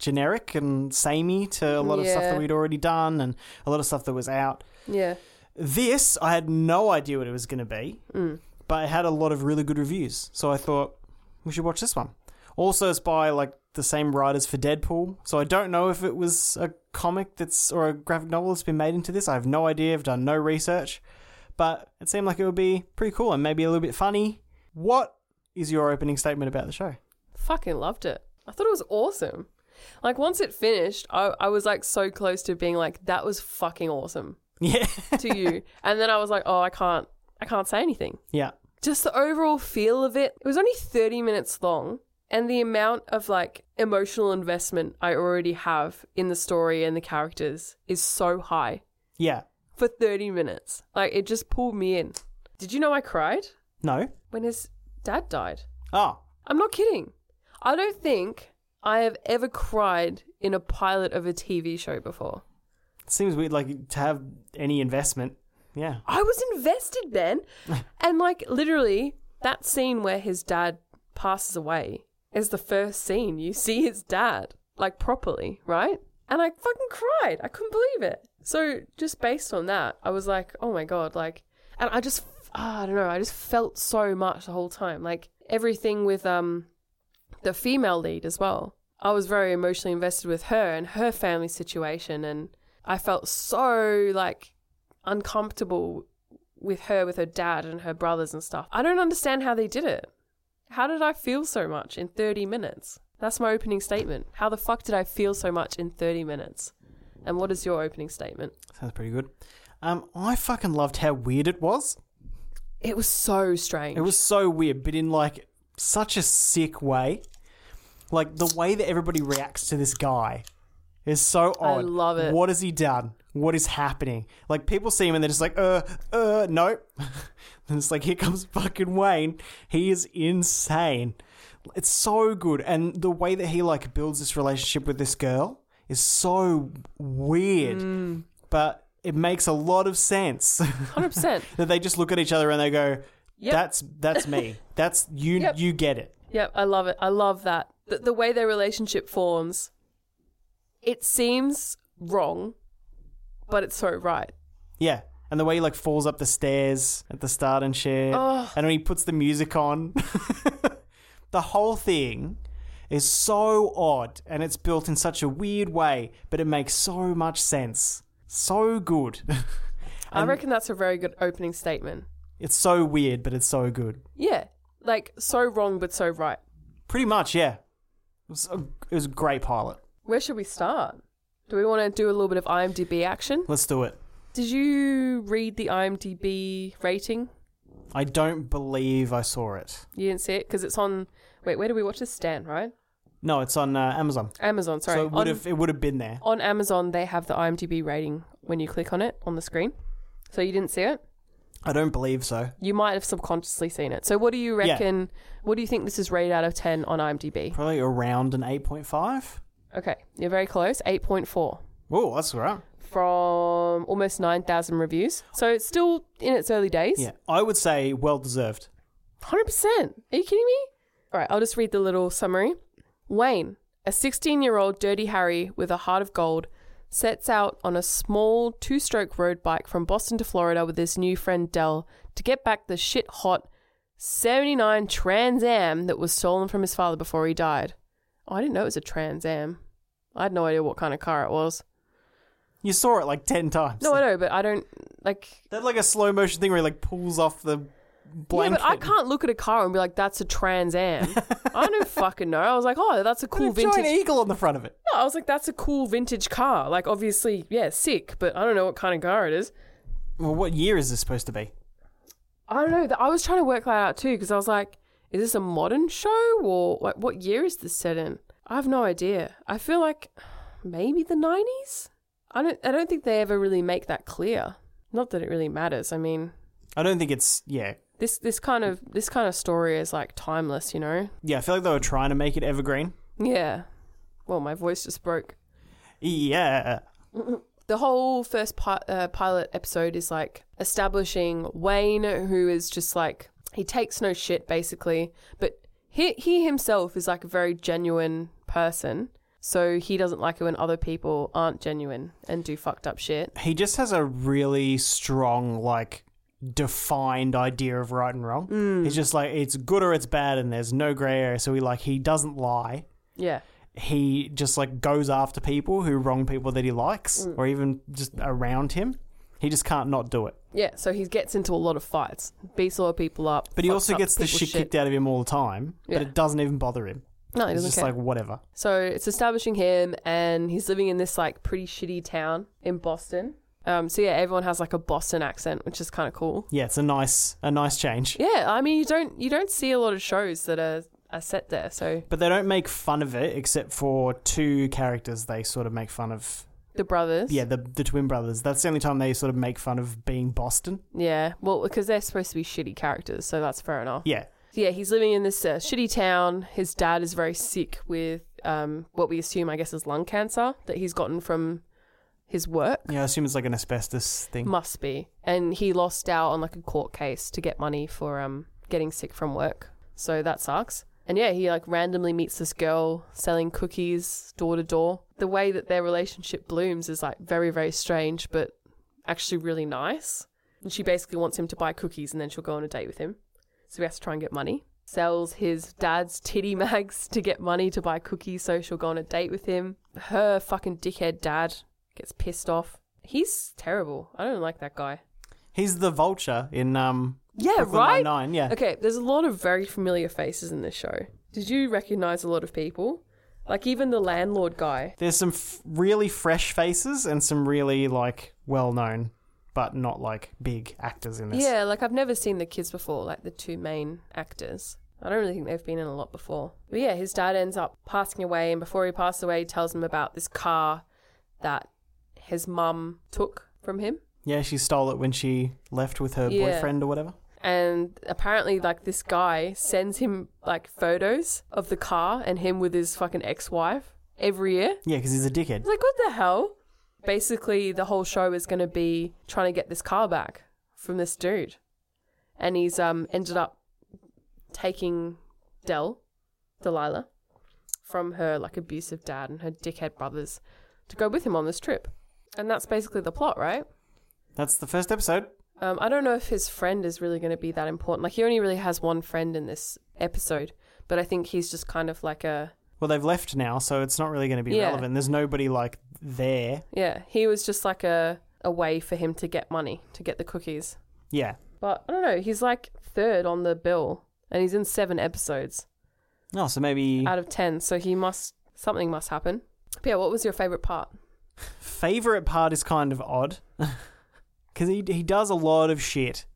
S1: generic and samey to a lot of stuff
S2: Yeah.
S1: that we'd already done and a lot of stuff that was out.
S2: Yeah.
S1: This, I had no idea what it was going to be,
S2: Mm.
S1: but it had a lot of really good reviews. So I thought we should watch this one. Also, it's by like the same writers for Deadpool, so I don't know if it was a comic that's or a graphic novel that's been made into this. I have no idea. I've done no research, but it seemed like it would be pretty cool and maybe a little bit funny. What is your opening statement about the show?
S2: Fucking loved it. I thought it was awesome. Like, once it finished, I, I was like so close to being like, that was fucking awesome
S1: Yeah,
S2: to you. and then I was like, oh, I can't, I can't say anything.
S1: yeah,
S2: just the overall feel of it. It was only 30 minutes long, and the amount of like emotional investment I already have in the story and the characters is so high
S1: yeah.
S2: for 30 minutes. Like it just pulled me in. Did you know I cried
S1: No.
S2: when his dad died?
S1: Oh,
S2: I'm not kidding. I don't think I have ever cried in a pilot of a TV show before.
S1: it seems weird. Like to have any investment. Yeah.
S2: I was invested then. and like literally that scene where his dad passes away is the first scene you see his dad like properly, right? And I fucking cried. I couldn't believe it. So just based on that, I was like, "Oh my god, like and I just ah, I don't know, I just felt so much the whole time. Like everything with um the female lead as well. I was very emotionally invested with her and her family situation and I felt so like uncomfortable with her, with her dad and her brothers and stuff. I don't understand how they did it. How did I feel so much in 30 minutes? That's my opening statement. How the fuck did I feel so much in 30 minutes? And what is your opening statement?
S1: Sounds pretty good. Um, I fucking loved how weird it was.
S2: It was so strange.
S1: It was so weird, but in like such a sick way. Like the way that everybody reacts to this guy is so
S2: I
S1: odd.
S2: love it.
S1: What has he done? What is happening? Like people see him and they're just like, uh, uh, no. and it's like here comes fucking Wayne. He is insane. It's so good, and the way that he like builds this relationship with this girl is so weird,
S2: Mm.
S1: but it makes a lot of sense.
S2: 100%.
S1: that they just look at each other and they go,
S2: Yep.
S1: "That's that's me. That's you.
S2: Yep.
S1: You get it."
S2: Yep, I love it. I love that. The, the way their relationship forms, it seems wrong, but it's so right.
S1: Yeah, and the way he like falls up the stairs at the start and shit,
S2: Oh.
S1: and when he puts the music on, the whole thing is so odd, and it's built in such a weird way, but it makes so much sense. So good.
S2: I reckon that's a very good opening statement.
S1: it's so weird, but it's so good.
S2: Yeah, like so wrong, but so right.
S1: Pretty much, yeah. It was a, it was a great pilot.
S2: Where should we start? Do we want to do a little bit of IMDb action?
S1: Let's do it.
S2: Did you read the IMDb rating?
S1: I don't believe I saw it.
S2: You didn't see it because it's on. Wait, where do we watch this? Stan, right?
S1: No, it's on uh, Amazon.
S2: Amazon. Sorry,
S1: So it
S2: on,
S1: would have it would have been there.
S2: on Amazon they have the IMDb rating when you click on it on the screen. So you didn't see it.
S1: I don't believe so.
S2: You might have subconsciously seen it. So what do you
S1: Yeah.
S2: reckon? What do you think this is rated out of ten on IMDb?
S1: Probably around an eight point five.
S2: Okay, you're very close. Eight point four.
S1: Oh, that's all right.
S2: from almost 9,000 reviews. So it's still in its early days.
S1: Yeah, I would say well deserved.
S2: 100%. Are you kidding me? All right, I'll just read the little summary. Wayne, a 16 year old Dirty Harry with a heart of gold, sets out on a small two stroke road bike from Boston to Florida with his new friend Dell to get back the shit hot 79 Trans Am that was stolen from his father before he died. Oh, I didn't know it was a Trans Am. I had no idea what kind of car it was.
S1: You saw it like ten times.
S2: No, I know, but I don't like
S1: that like a slow motion thing where he like pulls off the blanket.
S2: Yeah, but I can't look at a car and be like, "That's a Trans Am." I don't fucking know. I was like, "Oh, that's a cool
S1: Put a
S2: vintage."
S1: giant eagle on the front of it.
S2: No, I was like, "That's a cool vintage car." Like, obviously, yeah, sick, but I don't know what kind of car it is.
S1: Well, what year is this supposed to be?
S2: I don't know. Th- I was trying to work that out too because I was like, "Is this a modern show or like what year is this set in?" I have no idea. I feel like maybe the nineties. I don't. I don't think they ever really make that clear. Not that it really matters. I mean,
S1: I don't think it's yeah.
S2: this this kind of this kind of story is like timeless, you know.
S1: Yeah, I feel like they were trying to make it evergreen.
S2: Yeah. Well, my voice just broke.
S1: Yeah.
S2: The whole first pi- uh, pilot episode is like establishing Wayne, who is just like, he takes no shit basically, but he, he himself is like a very genuine person. So he doesn't like it when other people aren't genuine and do fucked up shit.
S1: He just has a really strong, like, defined idea of right and wrong.
S2: Mm.
S1: He's just like, it's good or it's bad, and there's no gray area. So he, like, he doesn't lie.
S2: Yeah.
S1: he just like goes after people who wrong people that he likes
S2: Mm.
S1: or even just around him. He just can't not do it.
S2: Yeah. So he gets into a lot of fights, beats a lot of people up.
S1: But he
S2: fucks
S1: also
S2: up
S1: gets the shit,
S2: people's
S1: kicked out of him all the time,
S2: Yeah.
S1: but it doesn't even bother him.
S2: No, he
S1: It's
S2: doesn't
S1: just
S2: care.
S1: like whatever.
S2: So it's establishing him, and he's living in this like pretty shitty town in Boston. Um, so yeah, everyone has like a Boston accent, which is kind of cool.
S1: Yeah, it's a nice a nice change.
S2: Yeah, I mean you don't you don't see a lot of shows that are are set there. So
S1: But they don't make fun of it except for two characters they sort of make fun of.
S2: the brothers,
S1: Yeah, the the twin brothers. That's the only time they sort of make fun of being Boston.
S2: yeah, well because they're supposed to be shitty characters, so that's fair enough.
S1: Yeah.
S2: Yeah, he's living in this uh, shitty town. His dad is very sick with um what we assume I guess is lung cancer that he's gotten from his work.
S1: Yeah, I assume it's like an asbestos thing.
S2: Must be. And he lost out on like a court case to get money for um getting sick from work. So that sucks. And yeah, he like randomly meets this girl selling cookies door to door. The way that their relationship blooms is like very, very strange, but actually really nice. And she basically wants him to buy cookies and then she'll go on a date with him. So he has to try and get money. Sells his dad's titty mags to get money to buy cookies so she'll go on a date with him. Her fucking dickhead dad gets pissed off. He's terrible. I don't like that guy.
S1: He's the vulture in um
S2: Yeah,
S1: Brooklyn
S2: right?
S1: Nine-Nine. Yeah.
S2: Okay, there's a lot of very familiar faces in this show. Did you recognize a lot of people? Like even the landlord guy.
S1: There's some f- really fresh faces and some really like well known, but not like big actors in this.
S2: Yeah, like I've never seen the kids before, like the two main actors. I don't really think they've been in a lot before. But yeah, his dad ends up passing away, and before he passes away, he tells him about this car that his mum took from him.
S1: Yeah, she stole it when she left with her
S2: Yeah.
S1: boyfriend or whatever.
S2: And apparently, like, this guy sends him, like, photos of the car and him with his fucking ex wife every year.
S1: Yeah, because he's a dickhead.
S2: I was like, what the hell? Basically, the whole show is going to be trying to get this car back from this dude. And he's um ended up taking Dell, Delilah, from her like abusive dad and her dickhead brothers to go with him on this trip. And that's basically the plot, right?
S1: That's the first episode.
S2: Um, I don't know if his friend is really going to be that important. Like, he only really has one friend in this episode, but I think he's just kind of like a
S1: Well, they've left now, so it's not really going to be
S2: Yeah.
S1: relevant. There's nobody like there.
S2: Yeah, he was just like a, a way for him to get money, to get the cookies.
S1: Yeah.
S2: But I don't know, he's like third on the bill and he's in seven episodes
S1: No, Oh, so maybe
S2: out of 10. So he must, something must happen. But yeah, what was your favorite part?
S1: favorite part is kind of odd because he he does a lot of shit.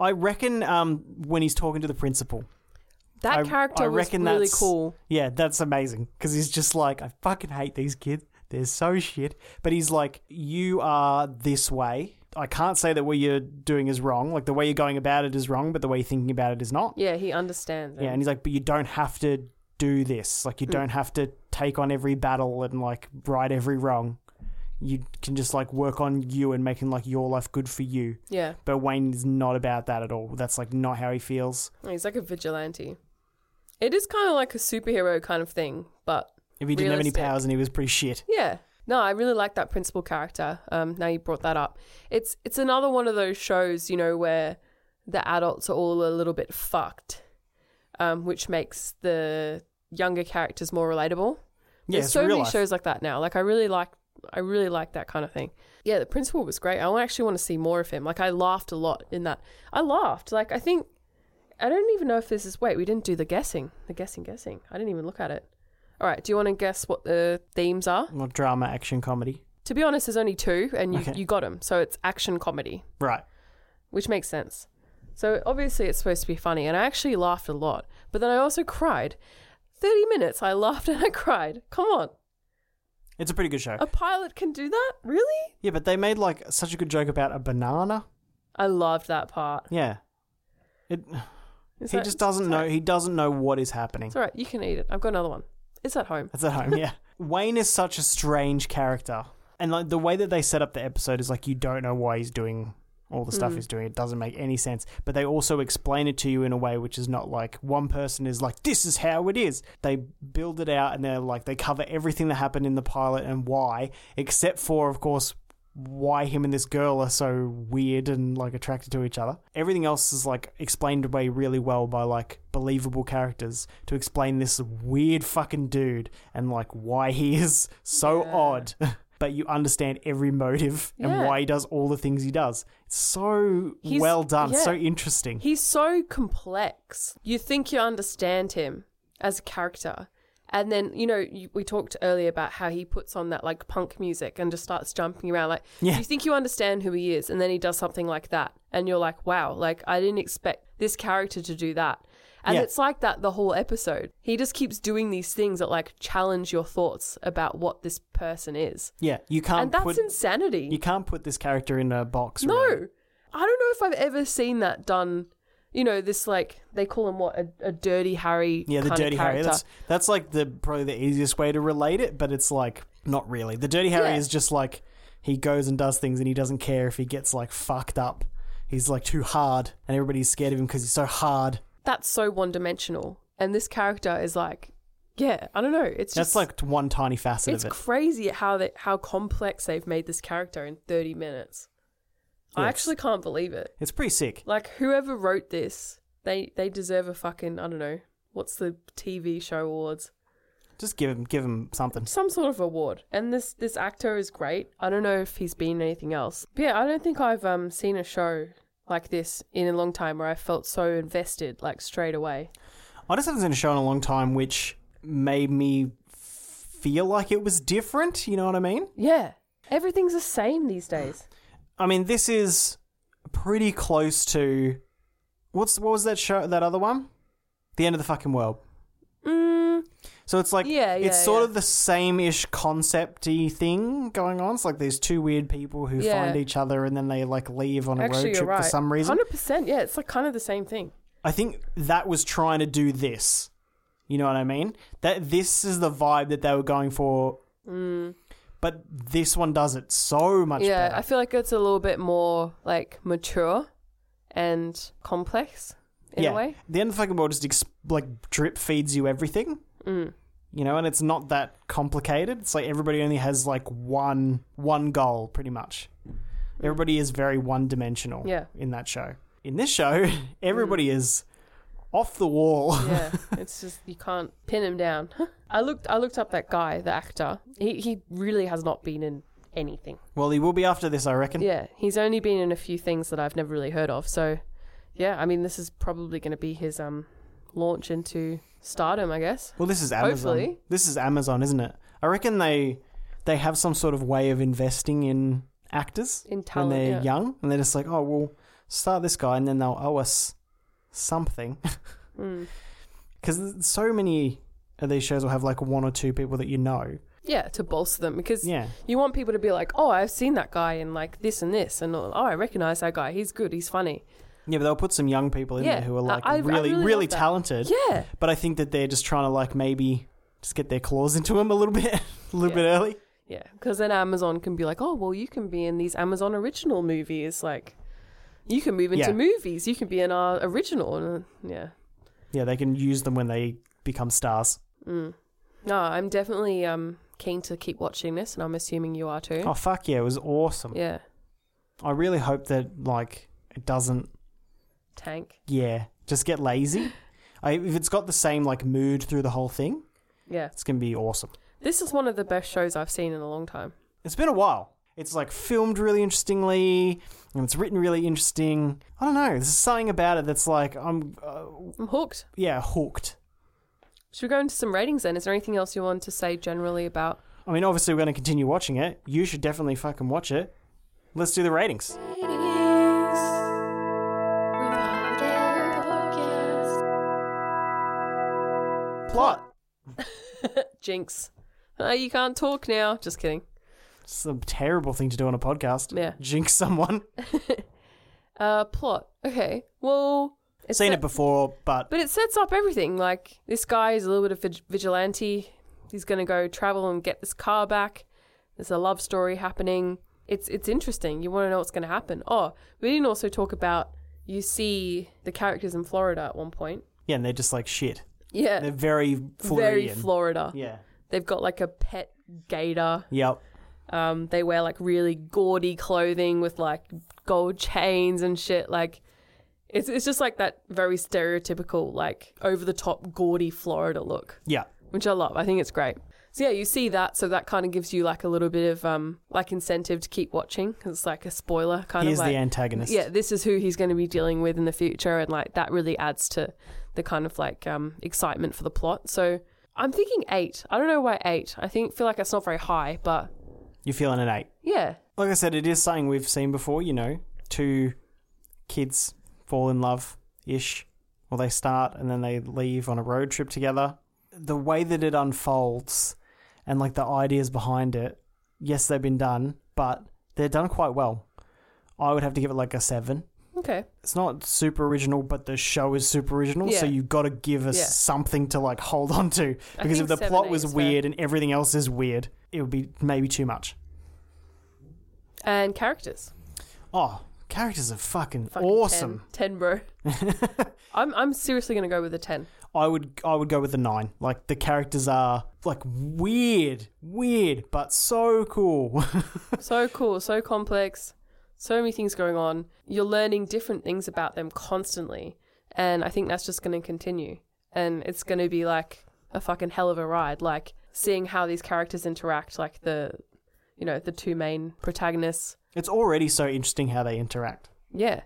S1: I reckon um, when he's talking to the principal.
S2: That
S1: I-
S2: character
S1: I
S2: was
S1: reckon
S2: really
S1: that's-
S2: cool.
S1: Yeah, that's amazing because he's just like, I fucking hate these kids. They're so shit. But he's like, you are this way. I can't say that what you're doing is wrong. Like the way you're going about it is wrong, but the way you're thinking about it is not.
S2: Yeah, he understands.
S1: Yeah, and he's like, but you don't have to do this.
S2: Hmm.
S1: Like, you don't have to take on every battle and like right every wrong. You can just like work on you and making like your life good for you.
S2: yeah.
S1: But Wayne is not about that at all. That's like not how he feels.
S2: He's like a vigilante. It is kind of like a superhero kind of thing, but
S1: If he didn't have any
S2: Realistic.
S1: powers and he was pretty shit.
S2: Yeah. No, I really like that principal character. Um, now you brought that up. It's it's another one of those shows, you know, where the adults are all a little bit fucked, um, which makes the younger characters more relatable.
S1: Yeah,
S2: There's
S1: it's
S2: so
S1: real
S2: many
S1: life.
S2: shows like that now. Like I really like I really like that kind of thing. Yeah, the principal was great. I actually want to see more of him. Like I laughed a lot in that. I laughed. Like I think I don't even know if this is wait, we didn't do the guessing. The guessing guessing. I didn't even look at it. All right, do you want to guess what the themes are?
S1: Well, drama, action, comedy.
S2: To be honest, there's only two, and you,
S1: Okay.
S2: you got them. So it's action comedy,
S1: Right.
S2: which makes sense. So obviously, it's supposed to be funny, and I actually laughed a lot. But then I also cried. 30 minutes, I laughed and I cried. Come on.
S1: It's a pretty good show.
S2: A pilot can do that? Really?
S1: Yeah, but they made like such a good joke about a banana.
S2: I loved that part.
S1: Yeah. It,
S2: Is
S1: he
S2: that-
S1: just doesn't
S2: it's
S1: know.
S2: alright.
S1: He doesn't know what is happening.
S2: It's all right. You can eat it. I've got another one. It's at home.
S1: It's at home, yeah. Wayne is such a strange character. And like the way that they set up the episode is like you don't know why he's doing all the stuff he's doing. It doesn't make any sense. But they also explain it to you in a way which is not like one person is like, This is how it is. They build it out and they're like they cover everything that happened in the pilot and why, except for of course why him and this girl are so weird and like attracted to each other. Everything else is like explained away really well by like believable characters to explain this weird fucking dude and like why he is so
S2: Yeah.
S1: odd. but you understand every motive and
S2: Yeah.
S1: why he does all the things he does. It's so
S2: He's-
S1: well done,
S2: yeah.
S1: so interesting.
S2: He's so complex. You think you understand him as a character. And then, you know, you, we talked earlier about how he puts on that like punk music and just starts jumping around. Like,
S1: Yeah.
S2: you think you understand who he is. And then he does something like that. And you're like, wow, like, I didn't expect this character to do that. And
S1: Yeah.
S2: it's like that the whole episode. He just keeps doing these things that like challenge your thoughts about what this person is.
S1: yeah, you can't
S2: And that's
S1: put
S2: insanity.
S1: you can't put this character in a box.
S2: No,
S1: really.
S2: I don't know if I've ever seen that done. You know, this like they call him what a, a dirty Harry.
S1: Yeah, the
S2: kind
S1: Dirty
S2: of
S1: Harry.
S2: character.
S1: That's that's like the probably the easiest way to relate it, but it's like not really. The Dirty Harry
S2: Yeah.
S1: is just like he goes and does things, and he doesn't care if he gets like fucked up. He's like too hard, and everybody's scared of him because he's so hard.
S2: That's so one dimensional, and this character is like, yeah, I don't know. It's just
S1: That's like one tiny facet
S2: it's
S1: of it.
S2: crazy how they, how complex they've made this character in thirty minutes. I
S1: Yes.
S2: actually can't believe it.
S1: It's pretty sick.
S2: Like whoever wrote this, they they deserve a fucking I don't know what's the TV show awards.
S1: Just give him give him something.
S2: some sort of award. And this this actor is great. I don't know if he's been in anything else. But yeah, I don't think I've um seen a show like this in a long time where I felt so invested like straight away.
S1: I just haven't seen a show in a long time, which made me feel like it was different. You know what I mean?
S2: Yeah. Everything's the same these days.
S1: I mean, this is pretty close to what's what was that show? That other one, the end of the fucking world.
S2: Mm,
S1: So it's like
S2: Yeah, yeah,
S1: it's sort
S2: yeah.
S1: of the same ish concepty thing going on. It's like these two weird people who
S2: Yeah.
S1: find each other and then they like leave on a
S2: actually,
S1: road
S2: you're
S1: trip
S2: right.
S1: for some reason.
S2: 100%. Yeah, it's like kind of the same thing.
S1: I think that was trying to do this. You know what I mean? That this is the vibe that they were going for. But this one does it so much
S2: Mm. yeah,
S1: better.
S2: I feel like it's a little bit more like mature and complex in
S1: yeah.
S2: a way.
S1: The end of the fucking world just ex- like drip feeds you everything.
S2: Mm.
S1: You know, and it's not that complicated. It's like everybody only has like one one goal, pretty much. Everybody is very one dimensional.
S2: Mm. Yeah. Mm.
S1: In that show, in this show, everybody is off the wall.
S2: Yeah, it's just you can't pin him down. I looked I looked up that guy, the actor. He he really has not been in anything.
S1: well, he will be after this, I reckon.
S2: Yeah, he's only been in a few things that I've never really heard of. So, yeah, I mean this is probably going to be his um launch into stardom, I guess.
S1: Well, this is Amazon.
S2: Hopefully.
S1: This is Amazon, isn't it? I reckon they they have some sort of way of investing in actors
S2: In talent,
S1: when they're
S2: yeah.
S1: young, and they're just like, oh, we'll start this guy, and then they'll owe us something.
S2: Hmm.
S1: Because so many of these shows will have like one or two people that you know.
S2: Yeah, to bolster them because
S1: Yeah.
S2: you want people to be like, "Oh, I've seen that guy in like this and this," and "Oh, I recognize that guy. He's good. He's funny."
S1: Yeah, but they'll put some young people in
S2: Yeah,
S1: there who are
S2: I-
S1: like
S2: I- I
S1: really,
S2: really
S1: really,
S2: love that.
S1: talented.
S2: Yeah.
S1: But I think that they're just trying to like maybe just get their claws into them a little bit, a little bit early.
S2: Yeah, because then Amazon can be like, oh, well, you can be in these Amazon original movies. Like, you can move into
S1: Yeah.
S2: movies. You can be in our original. And, uh, yeah.
S1: Yeah, they can use them when they become stars.
S2: No, I'm definitely um, keen to keep watching this, and I'm assuming you are too.
S1: Oh fuck yeah, it was awesome.
S2: Yeah.
S1: I really hope that like it doesn't
S2: Tank.
S1: yeah, just get lazy. I, if it's got the same like mood through the whole thing,
S2: Yeah.
S1: it's going to be awesome.
S2: This is one of the best shows I've seen in a long time.
S1: It's been a while. It's like filmed really interestingly and it's written really interesting. I don't know, there's something about it that's like I'm uh,
S2: I'm hooked.
S1: yeah, hooked.
S2: Should we go into some ratings then? Is there anything else you want to say generally about?
S1: I mean, obviously we're going to continue watching it. You should definitely fucking watch it. Let's do the ratings. Plot.
S2: Jinx. Oh, you can't talk now. Just kidding.
S1: It's a terrible thing to do on a podcast.
S2: Yeah.
S1: Jinx someone.
S2: Uh, plot. Okay. Well, it's
S1: Seen
S2: set-
S1: it before, but
S2: But it sets up everything. Like this guy is a little bit of vig- vigilante. He's going to go travel and get this car back. There's a love story happening. It's it's interesting. You want to know what's going to happen. Oh, we didn't also talk about you see the characters in Florida at one point.
S1: yeah, and they're just like shit.
S2: Yeah,
S1: They're very
S2: very
S1: Floridian.
S2: Florida.
S1: Yeah.
S2: They've got like a pet gator.
S1: Yep.
S2: Um, they wear like really gaudy clothing with like gold chains and shit. Like, it's it's just like that very stereotypical like over the top gaudy Florida look.
S1: Yeah.
S2: which I love. I think it's great. So yeah, you see that, so that kind of gives you like a little bit of um like incentive to keep watching 'cause it's like a spoiler kind
S1: Here's
S2: of like
S1: the antagonist.
S2: yeah, this is who he's going to be dealing with in the future, and like that really adds to the kind of like um excitement for the plot. So I'm thinking eight. I don't know why eight. I think feel like it's not very high, but
S1: You're feeling an eight.
S2: yeah,
S1: Like I said, it is something we've seen before, you know. Two kids fall in love ish. Or they start and then they leave on a road trip together. The way that it unfolds and like the ideas behind it, yes, they've been done, but they're done quite well. I would have to give it like a seven.
S2: okay,
S1: It's not super original, but the show is super original, so
S2: Yeah.
S1: you've got to give us
S2: Yeah.
S1: something to like hold on to.
S2: I
S1: Because
S2: think
S1: if the
S2: seven,
S1: plot
S2: eight
S1: was
S2: is fair.
S1: weird and everything else is weird, it would be maybe too much.
S2: and characters
S1: Oh, characters are fucking,
S2: Fucking
S1: awesome.
S2: 10, 10 bro. I'm I'm seriously going to go with a ten.
S1: I would I would go with the nine. Like the characters are like weird, weird, but so cool.
S2: so cool, so complex, so many things going on. You're learning different things about them constantly. And I think that's just going to continue. And it's going to be like a fucking hell of a ride. Like seeing how these characters interact, like the, you know, the two main protagonists.
S1: it's already so interesting how they interact.
S2: Yeah.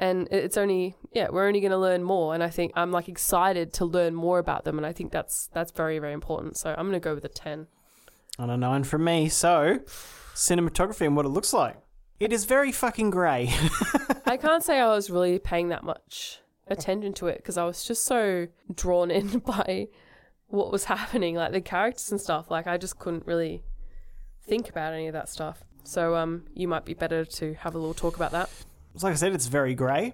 S2: and it- it's only yeah we're only going to learn more and i think i'm like excited to learn more about them and i think that's that's very very important so i'm going to go with a 10
S1: on a nine from me. So, cinematography and what it looks like. It is very fucking grey.
S2: i can't say i was really paying that much attention to it because i was just so drawn in by what was happening like the characters and stuff like i just couldn't really think about any of that stuff so um you might be better to have a little talk about that
S1: So like I said, it's very grey.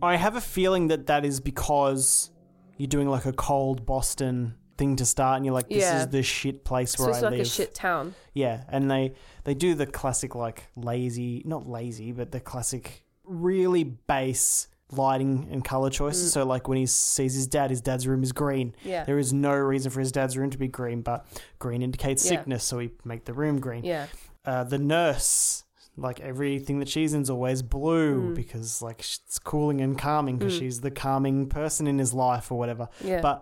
S1: I have a feeling that that is because you're doing like a cold Boston thing to start, and you're like, this
S2: Yeah.
S1: is the shit place
S2: so
S1: where
S2: it's
S1: I
S2: like
S1: live.
S2: a shit town
S1: Yeah, and they they do the classic like lazy, not lazy, but the classic really base lighting and color choices. So like when he sees his dad, his dad's room is green.
S2: Mm. Yeah.
S1: There is no reason for his dad's room to be green, but green indicates
S2: Yeah.
S1: sickness, so we make the room green.
S2: yeah
S1: Uh, the nurse, like everything that she's in is always
S2: Hmm.
S1: blue because like sh- it's cooling and calming because she's the calming person in his life or whatever.
S2: yeah Hmm.
S1: But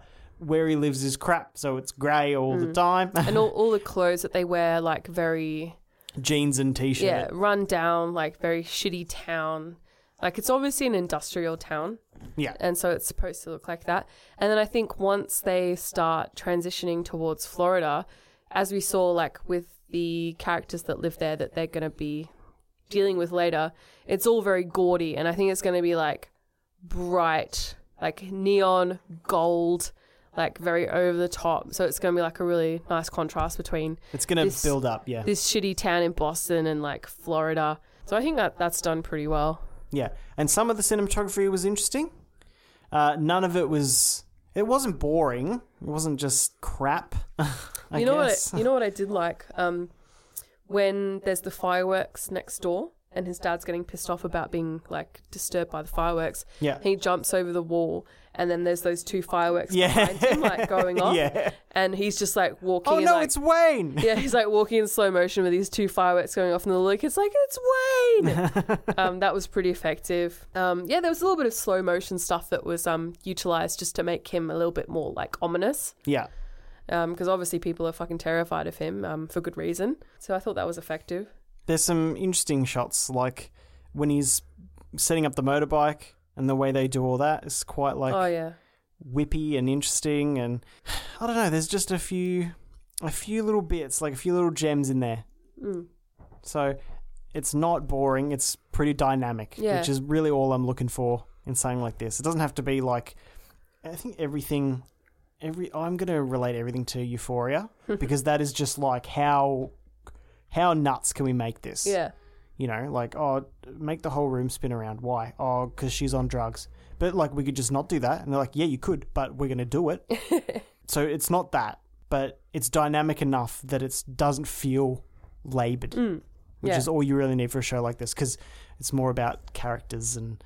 S1: where he lives is crap, so it's grey all the time.
S2: and all, all the clothes that they wear like very
S1: Jeans and t-shirt.
S2: yeah, run down, like very shitty town. Like it's obviously an industrial town,
S1: Yeah.
S2: and so it's supposed to look like that. And then I think once they start transitioning towards Florida, as we saw, like with the characters that live there that they're going to be dealing with later, it's all very gaudy, and I think it's going to be like bright, like neon gold. Like very over the top, so it's going to be like a really nice contrast between
S1: It's gonna
S2: This-
S1: build up, yeah,
S2: this shitty town in Boston and like Florida. So I think that that's done pretty well.
S1: yeah. And some of the cinematography was interesting. Uh, none of it was. It wasn't boring. It wasn't just crap. I
S2: you know
S1: guess.
S2: what? I, you know what I did like um, when there's the fireworks next door and his dad's getting pissed off about being like disturbed by the fireworks.
S1: Yeah.
S2: He jumps over the wall and then there's those two fireworks
S1: Yeah.
S2: behind him like going off.
S1: Yeah.
S2: And he's just like walking.
S1: Oh
S2: and,
S1: no,
S2: like-
S1: it's Wayne.
S2: yeah, he's like walking in slow motion with these two fireworks going off in the look. It's like it's Wayne. um, that was pretty effective. Um, yeah, there was a little bit of slow motion stuff that was um, utilized just to make him a little bit more like ominous,
S1: Yeah.
S2: because obviously people are fucking terrified of him um, for good reason. So I thought that was effective.
S1: There's some interesting shots, like when he's setting up the motorbike and the way they do all that is quite like
S2: oh yeah,
S1: whippy and interesting. And I don't know. There's just a few, a few little bits, like a few little gems in there.
S2: Mm.
S1: So it's not boring. It's pretty dynamic,
S2: Yeah.
S1: which is really all I'm looking for in something like this. It doesn't have to be like I think everything. Every I'm going to relate everything to Euphoria because that is just like how how nuts can we make this?
S2: yeah,
S1: You know, like oh, make the whole room spin around. Why? Oh, because she's on drugs. But like we could just not do that, and they're like, yeah, you could, but we're going to do it. so it's not that, but it's dynamic enough that it doesn't feel labored
S2: mm.
S1: which
S2: Yeah.
S1: is all you really need for a show like this because it's more about characters and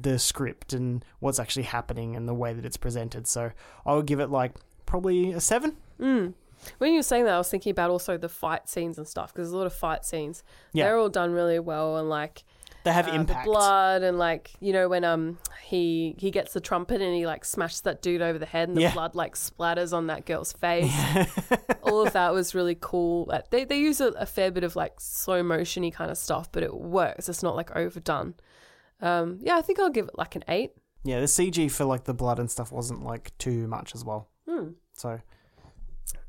S1: the script and what's actually happening and the way that it's presented. So I would give it like probably a seven.
S2: Mm. When you were saying that, I was thinking about also the fight scenes and stuff because there's a lot of fight scenes.
S1: Yeah.
S2: They're all done really well and like
S1: They have
S2: uh, the
S1: impact.
S2: blood and like you know when um he he gets the trumpet and he like smashes that dude over the head and the
S1: Yeah.
S2: blood like splatters on that girl's face. All of that was really cool. Like, They they use a, a fair bit of like slow motiony kind of stuff, but it works. It's not like overdone. Um, yeah, I think I'll give it like an eight.
S1: Yeah, the CG for like the blood and stuff wasn't like too much as well.
S2: Hmm.
S1: So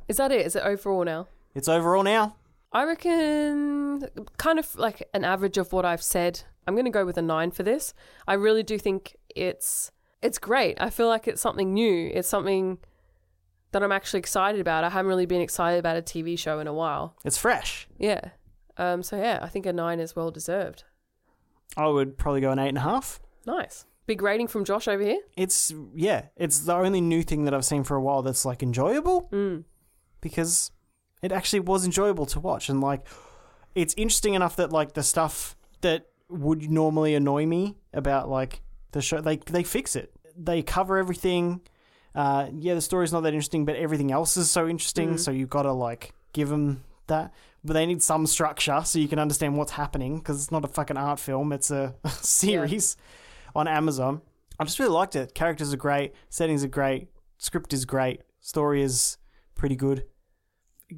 S2: Is that it? Is it overall now?
S1: it's overall now.
S2: I reckon kind of like an average of what I've said. I'm going to go with a 9 for this. I really do think it's it's great. I feel like it's something new. It's something that I'm actually excited about. I haven't really been excited about a TV show in a while.
S1: It's fresh.
S2: Yeah. Um so yeah, I think a 9 is well deserved.
S1: I would probably go an eight and a half.
S2: Nice. Big rating from Josh over here.
S1: It's yeah, it's the only new thing that I've seen for a while that's like enjoyable.
S2: Mm.
S1: because it actually was enjoyable to watch and like it's interesting enough that like the stuff that would normally annoy me about like the show they they fix it they cover everything uh yeah the story's not that interesting but everything else is so interesting so you've got to like give them that but they need some structure so you can understand what's happening because it's not a fucking art film it's a series on amazon i just really liked it characters are great settings are great script is great story is pretty good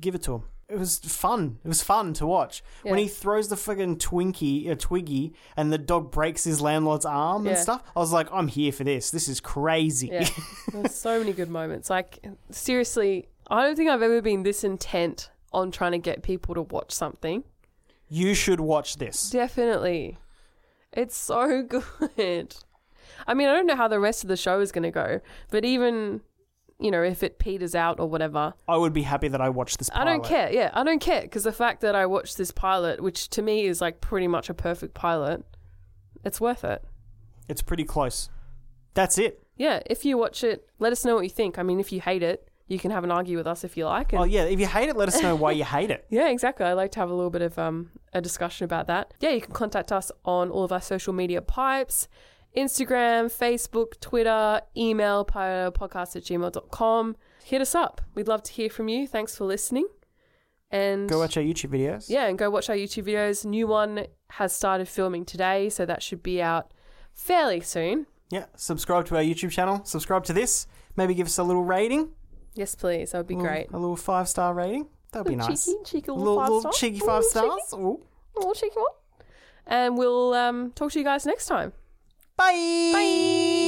S1: give it to him. it was fun. It was fun to watch when
S2: Yeah.
S1: he throws the fucking Twinkie, a Twiggy, and the dog breaks his landlord's arm and
S2: Yeah.
S1: stuff. I was like, I'm here for this. This is crazy.
S2: Yeah. There's so many good moments. Like seriously, I don't think I've ever been this intent on trying to get people to watch something.
S1: you should watch this.
S2: Definitely. It's so good. I mean, I don't know how the rest of the show is going to go, but even, you know, if it peters out or whatever,
S1: I would be happy that I watched this.
S2: I
S1: Pilot.
S2: don't care. Yeah, I don't care because the fact that I watched this pilot, which to me is like pretty much a perfect pilot, it's worth it.
S1: It's pretty close. That's it.
S2: Yeah, if you watch it, let us know what you think. I mean, if you hate it, you can have an argue with us if you like. And
S1: Oh yeah. If you hate it, let us know why you hate it.
S2: Yeah, exactly. I like to have a little bit of um, a discussion about that. Yeah, you can contact us on all of our social media pipes Instagram, Facebook, Twitter, email, podcast at gmail.com. Hit us up. We'd love to hear from you. Thanks for listening. And
S1: Go watch our YouTube videos.
S2: yeah, and go watch our YouTube videos. New one has started filming today, so that should be out fairly soon.
S1: Yeah. Subscribe to our YouTube channel. Subscribe to this. Maybe give us a little rating.
S2: Yes, please. That would be
S1: Little-
S2: great.
S1: A little five star rating. That'd be
S2: Little
S1: nice.
S2: Cheeky, cheeky little,
S1: little,
S2: five
S1: little
S2: star.
S1: cheeky
S2: Little
S1: five stars. Ooh.
S2: Cheeky, little cheeky one. And we'll um, talk to you guys next time.
S1: Bye. Bye.